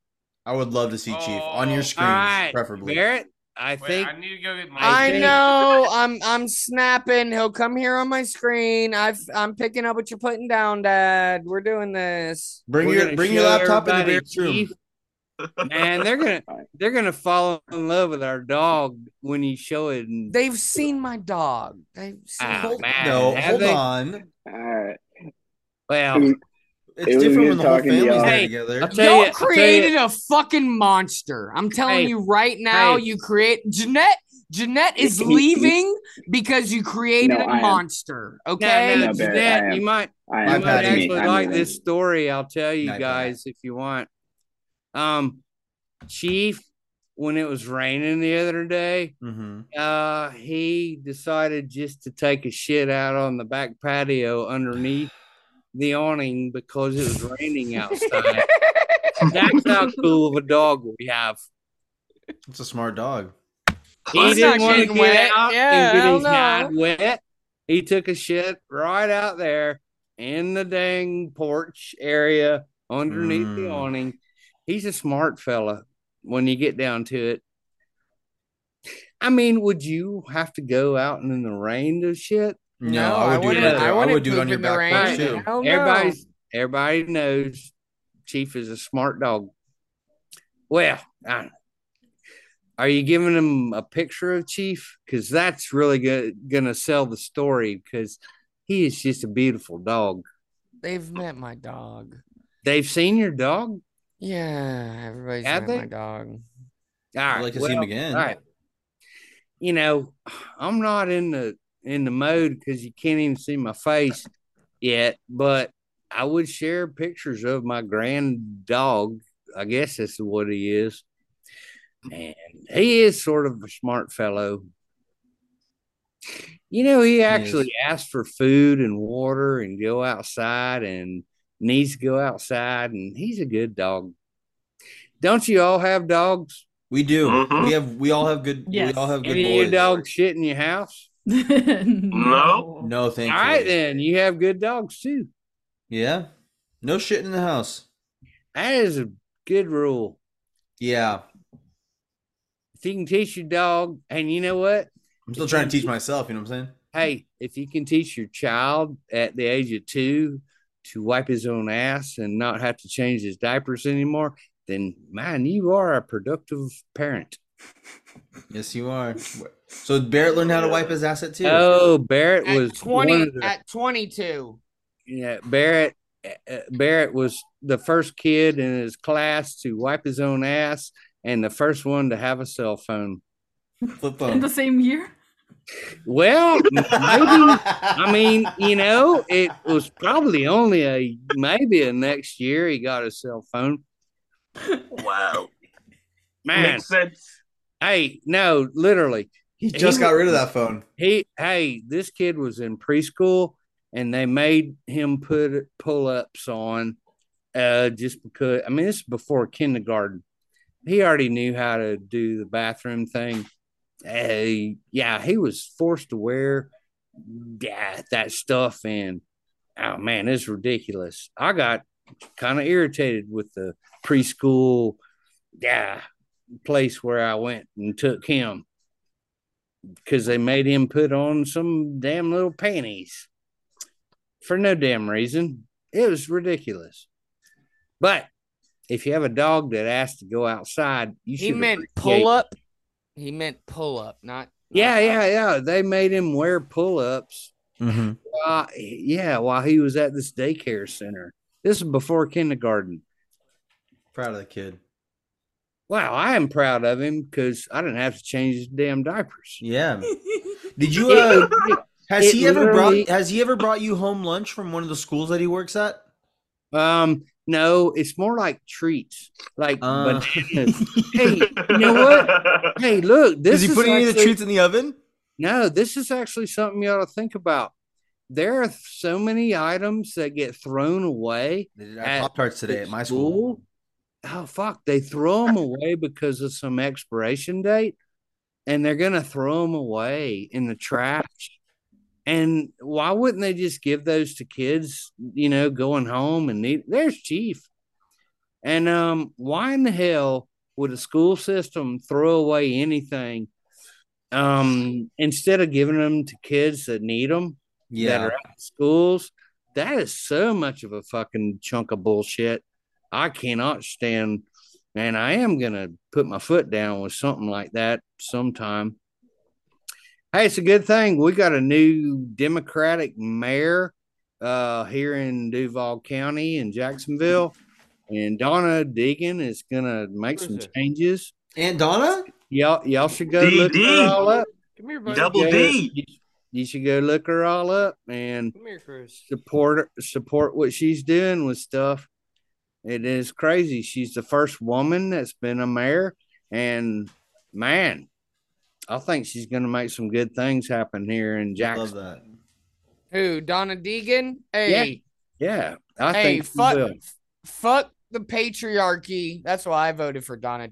I would love to see Chief on your Oh. screen, All right, preferably. Barrett. I Wait, think I need to go get my. I I think- know. I'm I'm snapping. He'll come here on my screen. I've I'm picking up what you're putting down, Dad. We're doing this. Bring we're your gonna bring your show laptop into everybody Barrett's room. Chief. Man, they're gonna they're gonna fall in love with our dog when you show it. And, They've seen my dog. They've seen Ah, my Hold- man. no, have hold they- on. All right. well, It It's was different good when the whole talking to family's y'all. there Hey, together. I'll tell Y'all you- I'll tell you- created a fucking monster. I'm telling Hey, you right now, hey. you create Jeanette. Jeanette is He- he- leaving because you created No, a I am. monster. now, Okay. now, No, Barrett, I Jeanette, am- you might I you am. I'm might Patty. I'm actually me. I'm like me. this story. I'll tell you Night, Patty. guys if you want. Um, Chief, when it was raining the other day, Mm-hmm. uh, he decided just to take a shit out on the back patio underneath the awning because it was raining outside. That's how cool of a dog we have. It's a smart dog. He He's didn't not want to getting get wet. out Yeah, and get hell his hide wet. He took a shit right out there in the dang porch area underneath the Mm. awning. He's a smart fella when you get down to it. I mean, would you have to go out in the rain to shit? No, No, I I would do it wouldn't- out there. I I wouldn't would do it poop on your in the back porch, rain. too. Hell Oh, no. Everybody's everybody knows Chief is a smart dog. Well, I, are you giving him a picture of Chief? Because that's really go- gonna sell the story. Because he is just a beautiful dog. They've met my dog. They've seen your dog. Yeah, everybody's Have met they? my dog. All right, like to see him again. All right. You know, I'm not in the in the mode because you can't even see my face yet, but I would share pictures of my grand dog. I guess that's what he is. And he is sort of a smart fellow. You know, he actually asks for food and water and go outside and needs to go outside and he's a good dog. Don't you all have dogs? We do. Mm-hmm. Mhm. We have. We all have good. Yes. We all have good Any of your boys. dogs shit in your house? no. No, thank All you. right, then you have good dogs too. Yeah. No shit in the house. That is a good rule. Yeah. If you can teach your dog, and you know what? I'm still trying to teach myself. You know what I'm saying? Hey, if you can teach your child at the age of two to wipe his own ass and not have to change his diapers anymore, then man, you are a productive parent. Yes, you are. So Barrett learned how to wipe his ass at two. Oh, Barrett was one Twenty of the- at twenty-two. Yeah, Barrett. uh, Barrett was the first kid in his class to wipe his own ass, and the first one to have a cell phone. Flip in the same year. Well, maybe I mean, you know, it was probably only a maybe a next year he got a cell phone. Wow, man, Makes sense. Hey, no, literally, he just got was- rid of that phone. He, hey, this kid was in preschool, and they made him put pull ups on, uh, just because. I mean, this is before kindergarten. He already knew how to do the bathroom thing. Hey, yeah, he was forced to wear that that stuff, and oh man, it's ridiculous. I got kind of irritated with the preschool, yeah, place where I went and took him because they made him put on some damn little panties for no damn reason. It was ridiculous. But if you have a dog that asks to go outside, you should He meant appreciate- pull up. He meant pull up, not Yeah, yeah, yeah. They made him wear pull ups. Mm-hmm. yeah, while he was at this daycare center. This is before kindergarten. Proud of the kid. Wow, I am proud of him because I didn't have to change his damn diapers. Yeah. Did you? Uh, has he ever brought? Has he ever brought you home lunch from one of the schools that he works at? Um, no, it's more like treats, like Uh. bananas. hey, you know what? Hey, look, this Is he is putting any of the actually- treats in the oven? No, this is actually something you ought to think about. There are so many items that get thrown away. at Pop Tarts today the at my school. Oh fuck! They throw them away because of some expiration date, and they're gonna throw them away in the trash. And why wouldn't they just give those to kids? You know, going home and need. There's Chief. And um, why in the hell would a school system throw away anything um, instead of giving them to kids that need them? Yeah. that are at schools. That is so much of a fucking chunk of bullshit. I cannot stand, and I am gonna put my foot down with something like that sometime. Hey, it's a good thing we got a new Democratic mayor uh, here in Duval County in Jacksonville, and Donna Deegan is gonna make some changes. And Donna, y'all y'all should go DD. look her all up. Come here, buddy. Double Yeah. D. You should go look her all up and Come here, Chris. support support what she's doing with stuff. It is crazy. She's the first woman that's been a mayor, and man, I think she's going to make some good things happen here in Jackson. that. Who? Donna Deegan? Hey. Yeah, I Hey, think she fuck- will. fuck the patriarchy. That's why I voted for Donna.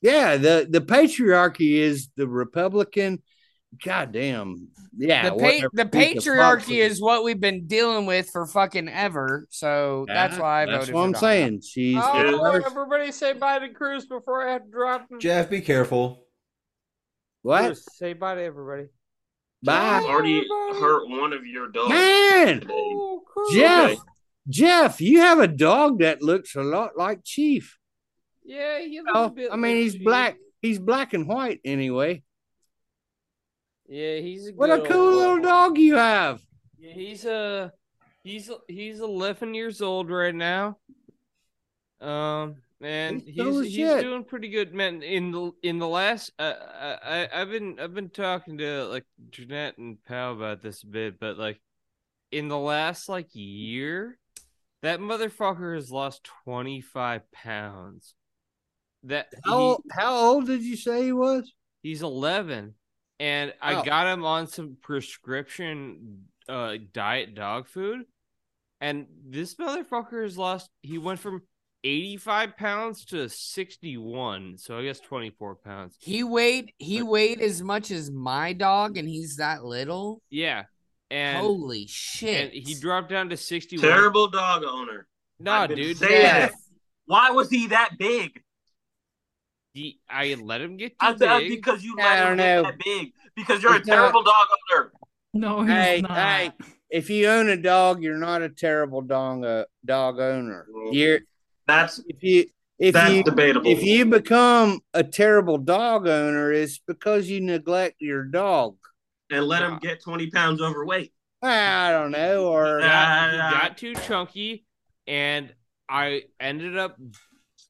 Yeah, the the patriarchy is the Republican goddamn, yeah. the, pa- whatever. the patriarchy is what we've been dealing with for fucking ever. So that's why I That's voted. what for I'm Donald. saying. She's the Oh, worst. everybody say bye to Cruz before I have to drop him. Jeff, be careful. What? Cruz, say bye to everybody. Bye. already hurt one of your dogs. Man, Oh, Jeff, Okay. Jeff, you have a dog that looks a lot like Chief. Yeah, you Oh, I mean, he's black. He's black and white anyway. Yeah, he's a What a good cool old- little dog you have. Yeah, he's a he's he's 11 years old right now. Um and He's he's cool as he's, shit. doing pretty good, man. In the in the last, uh, I I I've been I've been talking to like Jeanette and Pal about this a bit, but like in the last like year, that motherfucker has lost twenty five pounds. That How how old did you say he was? He's eleven, and Oh. I got him on some prescription uh diet dog food, and this motherfucker has lost. He went from eighty five pounds to sixty one, so I guess twenty four pounds. He weighed he weighed as much as my dog, and he's that little. Yeah, and Holy shit! and he dropped down to sixty one. Terrible dog owner. Nah, I've been dude. saying Yeah. that. Why was he that big? The- I let him get too I said uh, big. because you I let don't him get know. that big. Because you're He's a not- terrible dog owner. No, he's Hey, not. hey, if you own a dog, you're not a terrible dog uh, dog owner. You're that's if you if that's you debatable. if you become a terrible dog owner, it's because you neglect your dog. And let him get twenty pounds overweight. I don't know, or got, he Uh, got too chunky, and I ended up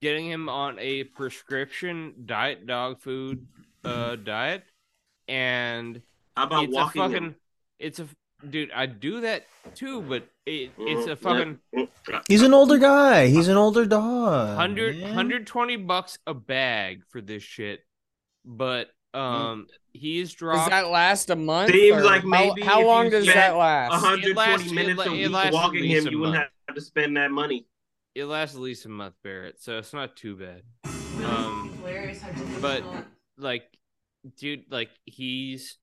getting him on a prescription diet dog food uh diet, and How about it's walking a him? fucking it's a dude. I do that too, but it, it's a Mm, fucking yeah. He's an older guy. He's an older dog. 100, man. 120 bucks a bag for this shit, but um he's Does dropped. that last a month? Seems or like how- maybe how, if long you does spent that last? 120 It lasts- it minutes la- a it week lasts at walking him, least a you wouldn't month. have to spend that money. it lasts at least a month, Barrett, so it's not too bad. Um, but like, dude, like he's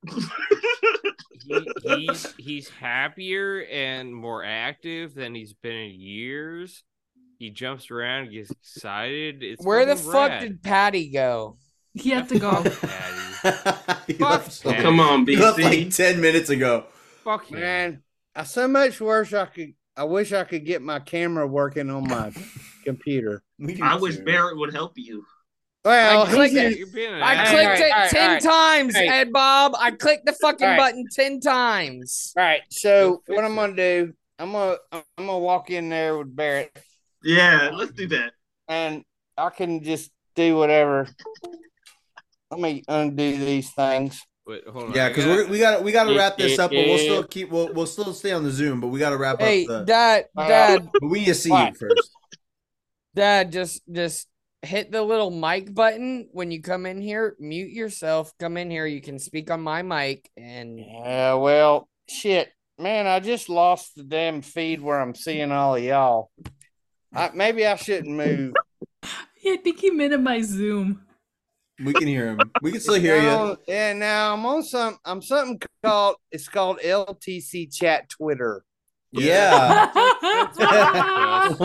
he, he's he's happier and more active than he's been in years. He jumps around, gets excited. It's Where the fucking fuck rad. did Patty go? He had to go. He Fuck left like- that. Oh, Come on, he left BC. like ten minutes ago. Fuck him. man, I so much worse. I could. I wish I could get my camera working on my computer. I wish Barrett would help you. Well, I clicked he's it. in- You're being an I ass. clicked Alright, it alright, ten alright. times, Alright. Ed Bob. I clicked the fucking Alright. button ten times. All right. So Go fix what I'm gonna do? I'm gonna I'm gonna walk in there with Barrett, Yeah, let's do that. and I can just do whatever. Let me undo these things. Wait, hold on. Yeah, I because gotta- we're we gotta we gotta wrap this up, but we'll Yeah. still keep we'll we'll still stay on the Zoom, but we gotta wrap Hey, up the. Dad, Uh, Dad, But we need to see you What? first. Dad, just just hit the little mic button when you come in here. Mute yourself. Come in here. You can speak on my mic and Yeah. Well, shit, man. I just lost the damn feed where I'm seeing all of y'all. I, maybe I shouldn't move. Yeah, I think he minimized Zoom. We can hear him. We can still hear you. No, Yeah, now I'm on some. I'm something called. It's called LTC Chat Twitter. Yeah.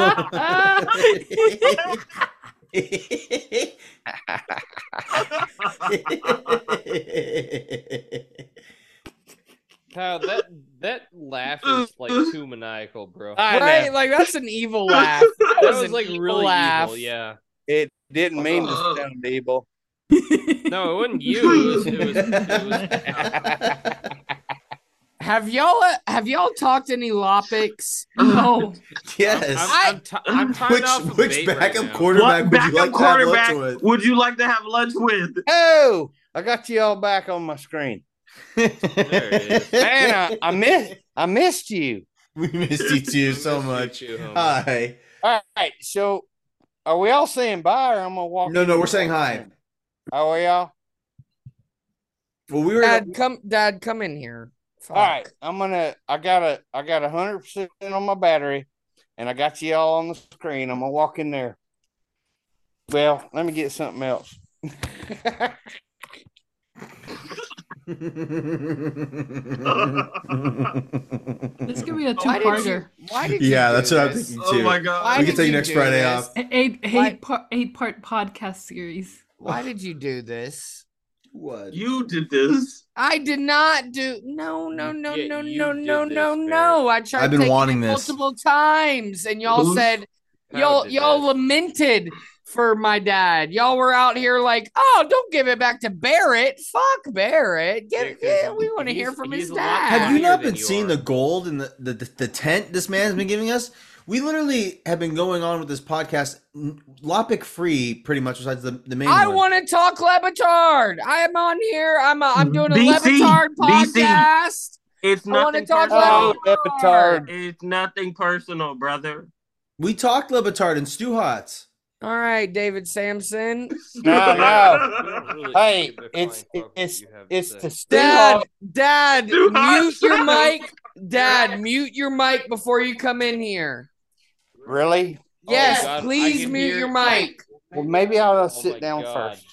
Kyle, that that laugh is like too maniacal, bro. I right, know. like that's an evil laugh. That, that was, was an like evil really laugh. evil. Yeah. It didn't mean to sound evil. No, it wasn't you. It was, it was, it was Have y'all uh, have y'all talked any lopics? no. yes. I'm, I'm, ti- I'm timed Which off of which bait backup right now. quarterback would you like backup to have lunch quarterback with? would you like to have lunch with? Oh, I got you all back on my screen. it Man, I, I missed. I missed you. we missed you too so Missed you much. Ah. too, homie. Hi. All right. So, are we all saying bye, or I'm gonna walk? No, no, in? we're saying hi. Are we all? Well, we were. Dad, come, Dad, come in here. Fuck. All right, I'm gonna. I got a. I got a hundred percent on my battery, and I got you all on the screen. I'm gonna walk in there. Well, let me get something else. This could be a Why did you- two-parter. Why did Yeah, you that's do what I'm this? thinking Oh too. Why we can did take you next do Friday this? off. A- Eight eight par- eight part podcast series. Why did you do this? What? You did this. I did not do. No, no, no, Yeah, no, you no, did no, this, no, no. I tried. I've been taking wanting it this. multiple times, and y'all Who's- said How y'all did y'all lamented for my dad. Y'all were out here like, oh, don't give it back to Barrett. Fuck Barrett. Get yeah, we want to hear from his dad. Have you not been seeing the gold and the, the, the, the tent this man's been giving us? We literally have been going on with this podcast, n- Lopic free, pretty much, besides the, the main I one. want to talk Levitard. I am on here. I'm i I'm doing a BC, Levitard BC. podcast. It's I want nothing to talk personal. Levitard. It's nothing personal, brother. We talked Lebitard and Stu Hots. All right, David Sampson. No, Oh no. hey, it's it's it's the Dad, still Dad, Do not mute your say. mic. Dad, mute your mic before you come in here. really. Yes, please mute your mic. Well, maybe Oh, I'll sit down first.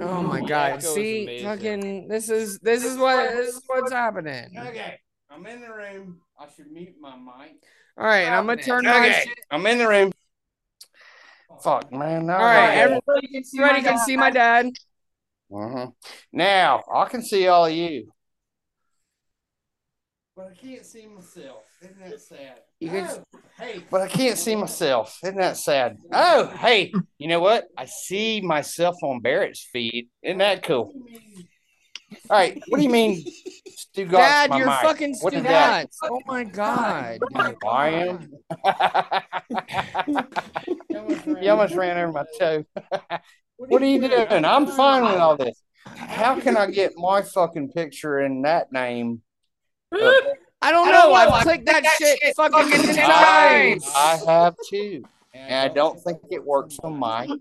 Oh my god! See, fucking, this is this is what this is what's happening. Okay, I'm in the room. I should mute my mic. All right, I'm gonna turn my Okay, shit. I'm in the room. Fuck, man. now All I right, gotta- everybody can see, everybody can see my dad. Mhm. Now I can see all of you. But I can't see myself. Isn't that sad? Oh, You can- hey. But I can't see myself. Isn't that sad? Oh, hey, you know what? I see myself on Barrett's feed. Isn't that cool? All right. What do you mean, Stu Gott's Dad, my you're mic? fucking What did stupid. that- Oh my god! I am. you almost ran over my toe. what are you doing? I'm fine with all this. How can I get my fucking picture and that name? I don't know. I've clicked that shit fucking ten I, times. I have two, and I don't think it works on mine.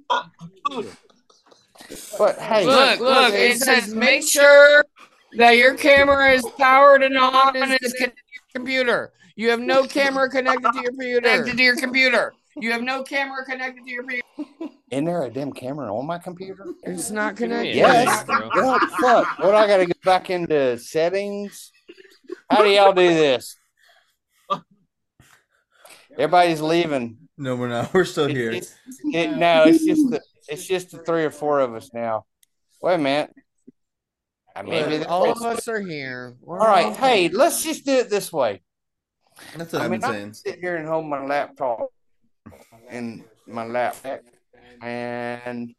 But hey, look, look, it says make sure that your camera is powered and on and is connected to your computer. You have no camera connected to your computer. Connected to your computer. You have no camera connected to your computer. Isn't there a damn camera on my computer? It's not connected. Yes. What the fuck? What I gotta go back into settings? How do y'all do this? Everybody's leaving. No, we're not. We're still here. It, no, it's just the it's just the three or four of us now. Wait a minute. I mean, Look, maybe all of us are here. All right, hey, let's just do it this way. That's I what I mean, have I been can sit here and hold my laptop and my laptop and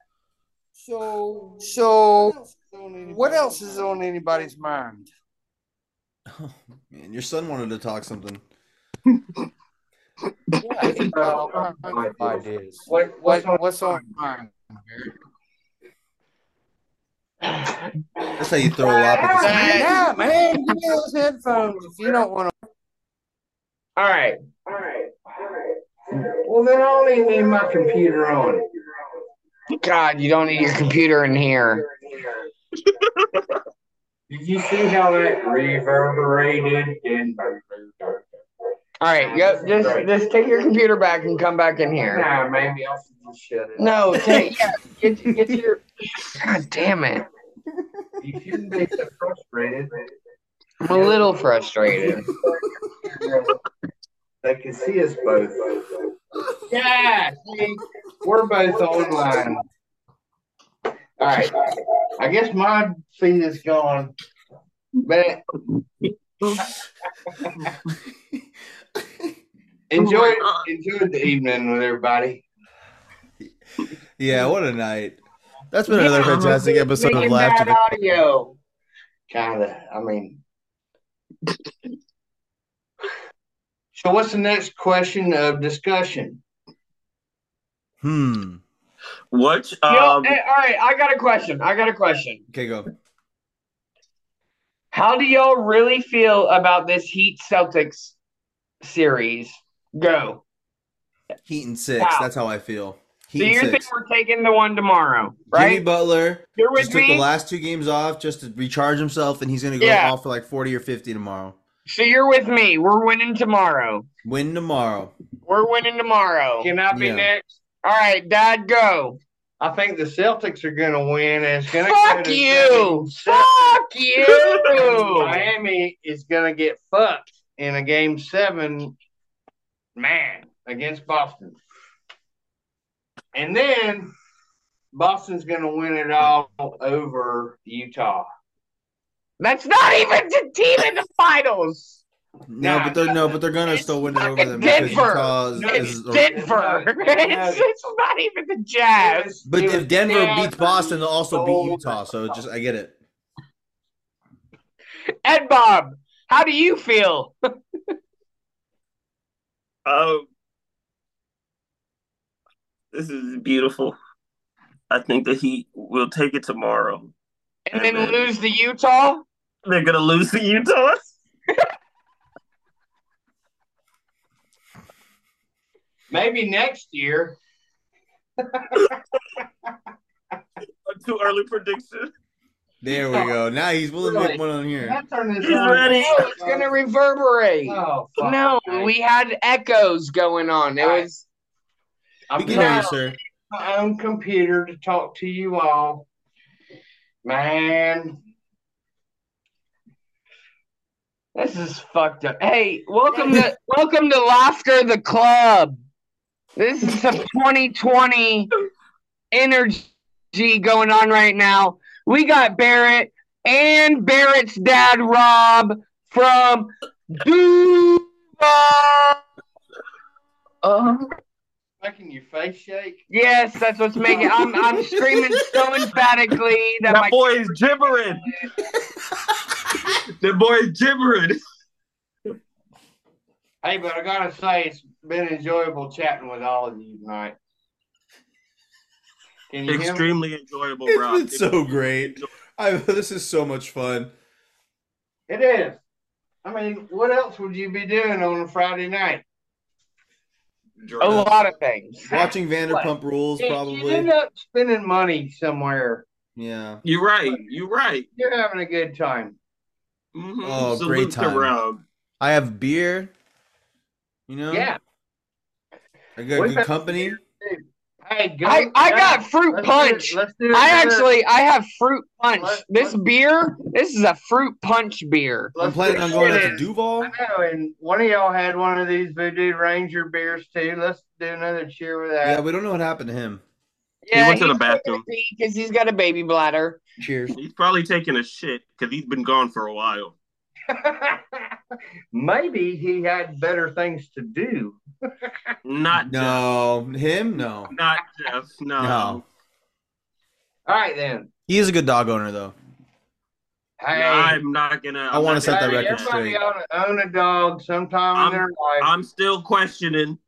so so what else is on anybody's mind? saying. Oh, Man, your son wanted to talk something. All kinds of ideas. What, what what's on mine? That's how you throw a lop at the Yeah, man, give me those headphones if you don't want to. All right. All right. Well, then I only need my computer on. God, you don't need your computer in here. Did you see how that reverberated in? All right, yep. Just just take your computer back and come back in here. Nah, maybe I'll just shut it. No, take, yeah, get, get your. God damn it! you shouldn't be so frustrated. I'm a little frustrated. They can see us both. Yeah, see, we're both online. All right, I guess my feed is gone, but enjoy enjoyed the evening with everybody. Yeah, what a night. That's been another fantastic episode of Making Laughter. Bad audio. Kinda, I mean. So, what's the next question of discussion? Hmm. What? You know, Um, hey, all right, I got a question. I got a question. Okay, go. How do y'all really feel about this Heat Celtics series? Go. Heat and six. Wow. That's how I feel. So Heat you and think six. we're taking the one tomorrow, Jimmy right? Butler You're with just took me? the last two games off just to recharge himself, and he's going to go Yeah. off for like 40 or 50 tomorrow. so you're with me. We're winning tomorrow. Win tomorrow. We're winning tomorrow. Can I be Yeah. next? All right, Dad, go. I think the Celtics are going to win, and it's going to Fuck you! Fuck you! Miami is going to get fucked in a game seven, man, against Boston, and then Boston's going to win it all over Utah. That's not even the team in the finals. No, but they're no, but they're gonna still win it over them. because Denver. Utah is- It's is- Denver. It's, it's not even the Jazz. But if Denver beats Boston, they'll also beat Utah. So just I get it. Ed Bob, how do you feel? Oh, this is beautiful. I think the Heat will take it tomorrow. And then lose to Utah? They're gonna lose to Utah. Maybe next year. A too early prediction. There we go. Now he's willing to make one on here. He's ready. No, it's gonna reverberate. Oh, fuck. no, we had echoes going on. It was I'm We can hear you, trying sir. my own computer to talk to you all. Man, this is fucked up. Hey, welcome to welcome to Laughter the Club. This is some 2020 energy going on right now. We got Barrett and Barrett's dad Rob from Duval. Um, making your face shake. Yes, that's what's making. I'm I'm screaming so emphatically that, That my boy is gibbering. that boy is gibbering. Hey, but I gotta say, it's been enjoyable chatting with all of you tonight. Can you hear me? Extremely enjoyable, Rob. It's been so great. I, this is so much fun. It is. I mean, what else would you be doing on a Friday night? a Oh, lot of things. Watching Vanderpump Rules, You- You probably. end up spending money somewhere. Yeah. You're right. You're right. You're having a good time. Mhm. Oh, Salute great to time. Rob. I have beer. You know. Yeah. I got We've good had- company. Hey, go. I, I got yeah, fruit let's do it, punch. let's do it, I let's- actually I have fruit punch. Let's- this let's- beer, this is a fruit punch beer. I'm let's planning do on going it. out to Duval. I know, and one of y'all had one of these Voodoo Ranger beers too. Let's do another cheer with Yeah, that. we don't know what happened to him. He went to the bathroom. because he's got a baby bladder. Cheers. He's probably taking a shit because he's been gone for a while. Maybe he had better things to do. Not No, him? No. Jeff. Not Jeff. No. No. All right then. He is a good dog owner, though. Hey, I'm not gonna. I wanna to set that hey, record everybody straight. ought to own a dog sometime I'm- in their life. I'm still questioning.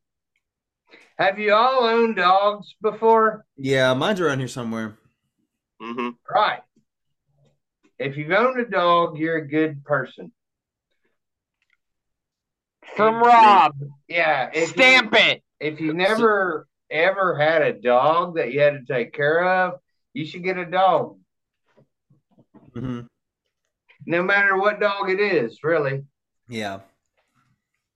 Have you all owned dogs before? Yeah, mine's around here somewhere. hmm Right. If you've owned a dog, you're a good person. From Rob. Yeah. if you- Stamp it. if you never ever had a dog that you had to take care of, you should get a dog. Mhm. No matter what dog it is, really. Yeah.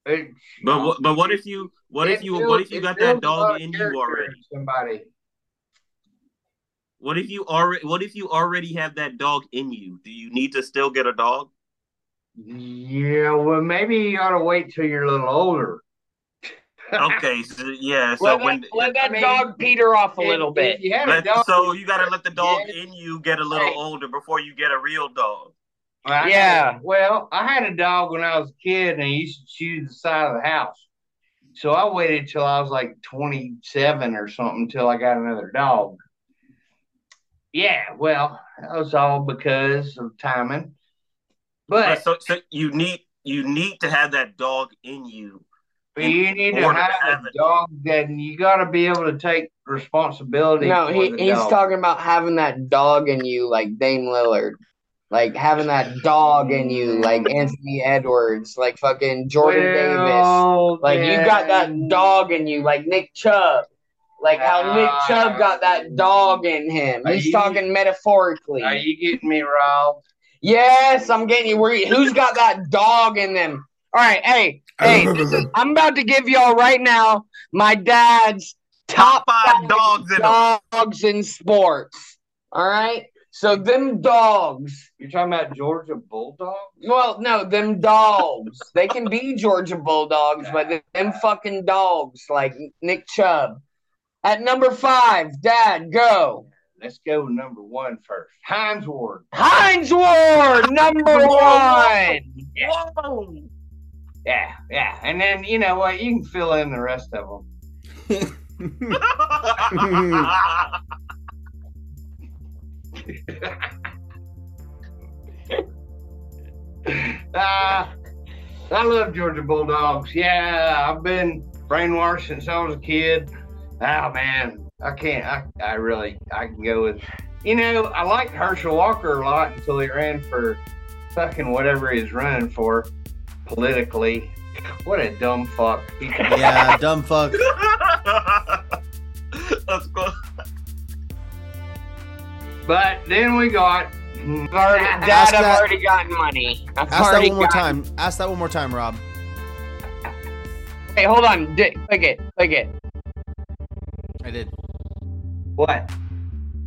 It, But wh- but what if you what if it you builds- what if you it got builds that a dog lot of in character you already? in Somebody. What if you already what if you already have that dog in you? Do you need to still get a dog? Yeah, well, maybe you ought to wait till you're a little older. Okay, so, yeah. So let that, when let that I mean, dog peter off a If- little if bit. you had a let, dog, so you gotta let the dog Yeah. in you get a little Right. older before you get a real dog. Well, I Yeah. had- well, I had a dog when I was a kid, and he used to choose the side of the house. So I waited till I was like 27 or something till I got another dog. Yeah, well, that was all because of timing. Uh, But So so you need you need to have that dog in you. you need to order to have have a it. dog that you got to be able to take responsibility. No, for he, the he's dog. talking about having that dog in you, like Dame Lillard, like having that dog in you, like Anthony Edwards, like fucking Jordan Davis, Well, like you got that then- dog in you, like Nick Chubb, like how Nick Chubb got that dog in him. Ah, Are He's you- talking metaphorically. Are you getting me, Rob? Yes, I'm getting you. Where who's got that dog in them? All right, hey, hey, I'm about to give y'all right now my dad's top five dogs in dogs in sports. All right. So them dogs. You're talking about Georgia Bulldog? Well, no, them dogs. they can be Georgia Bulldogs, but them fucking dogs like Nick Chubb. At number five, Dad, go. Let's go number one first. Heinz Ward. Heinz Ward, number one. Yeah. yeah, yeah. And then, you know what? You can fill in the rest of them. Uh, I love Georgia Bulldogs. Yeah, I've been brainwashed since I was a kid. Ah, man, I can't. I, I really, I can go with. You know, I liked Herschel Walker a lot until he ran for fucking whatever he's running for politically. What a dumb fuck. Yeah, dumb fuck. Let's go. But then we got. I've already, Dad, Ask I've that- already gotten money. I've Ask that already one more gotten- time. Ask that one more time, Rob. Hey, hold on. D- click it. Click it. I did. What?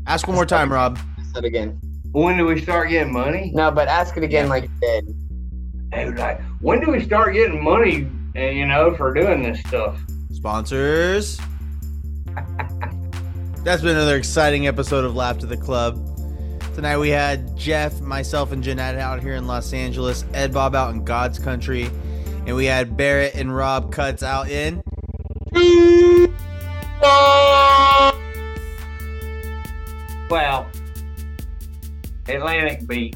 Ask one more time, Rob. That again. When do we start getting money? No, but ask it again like you did. Dude, like, when do we start getting money, uh, you know, for doing this stuff? Sponsors. That's been another exciting episode of Lap to the Club. Tonight we had Jeff, myself, and Jeanette out here in Los Angeles, Ed Bob out in God's country, and we had Barrett and Rob Cuts out in. Well, Atlantic Beach.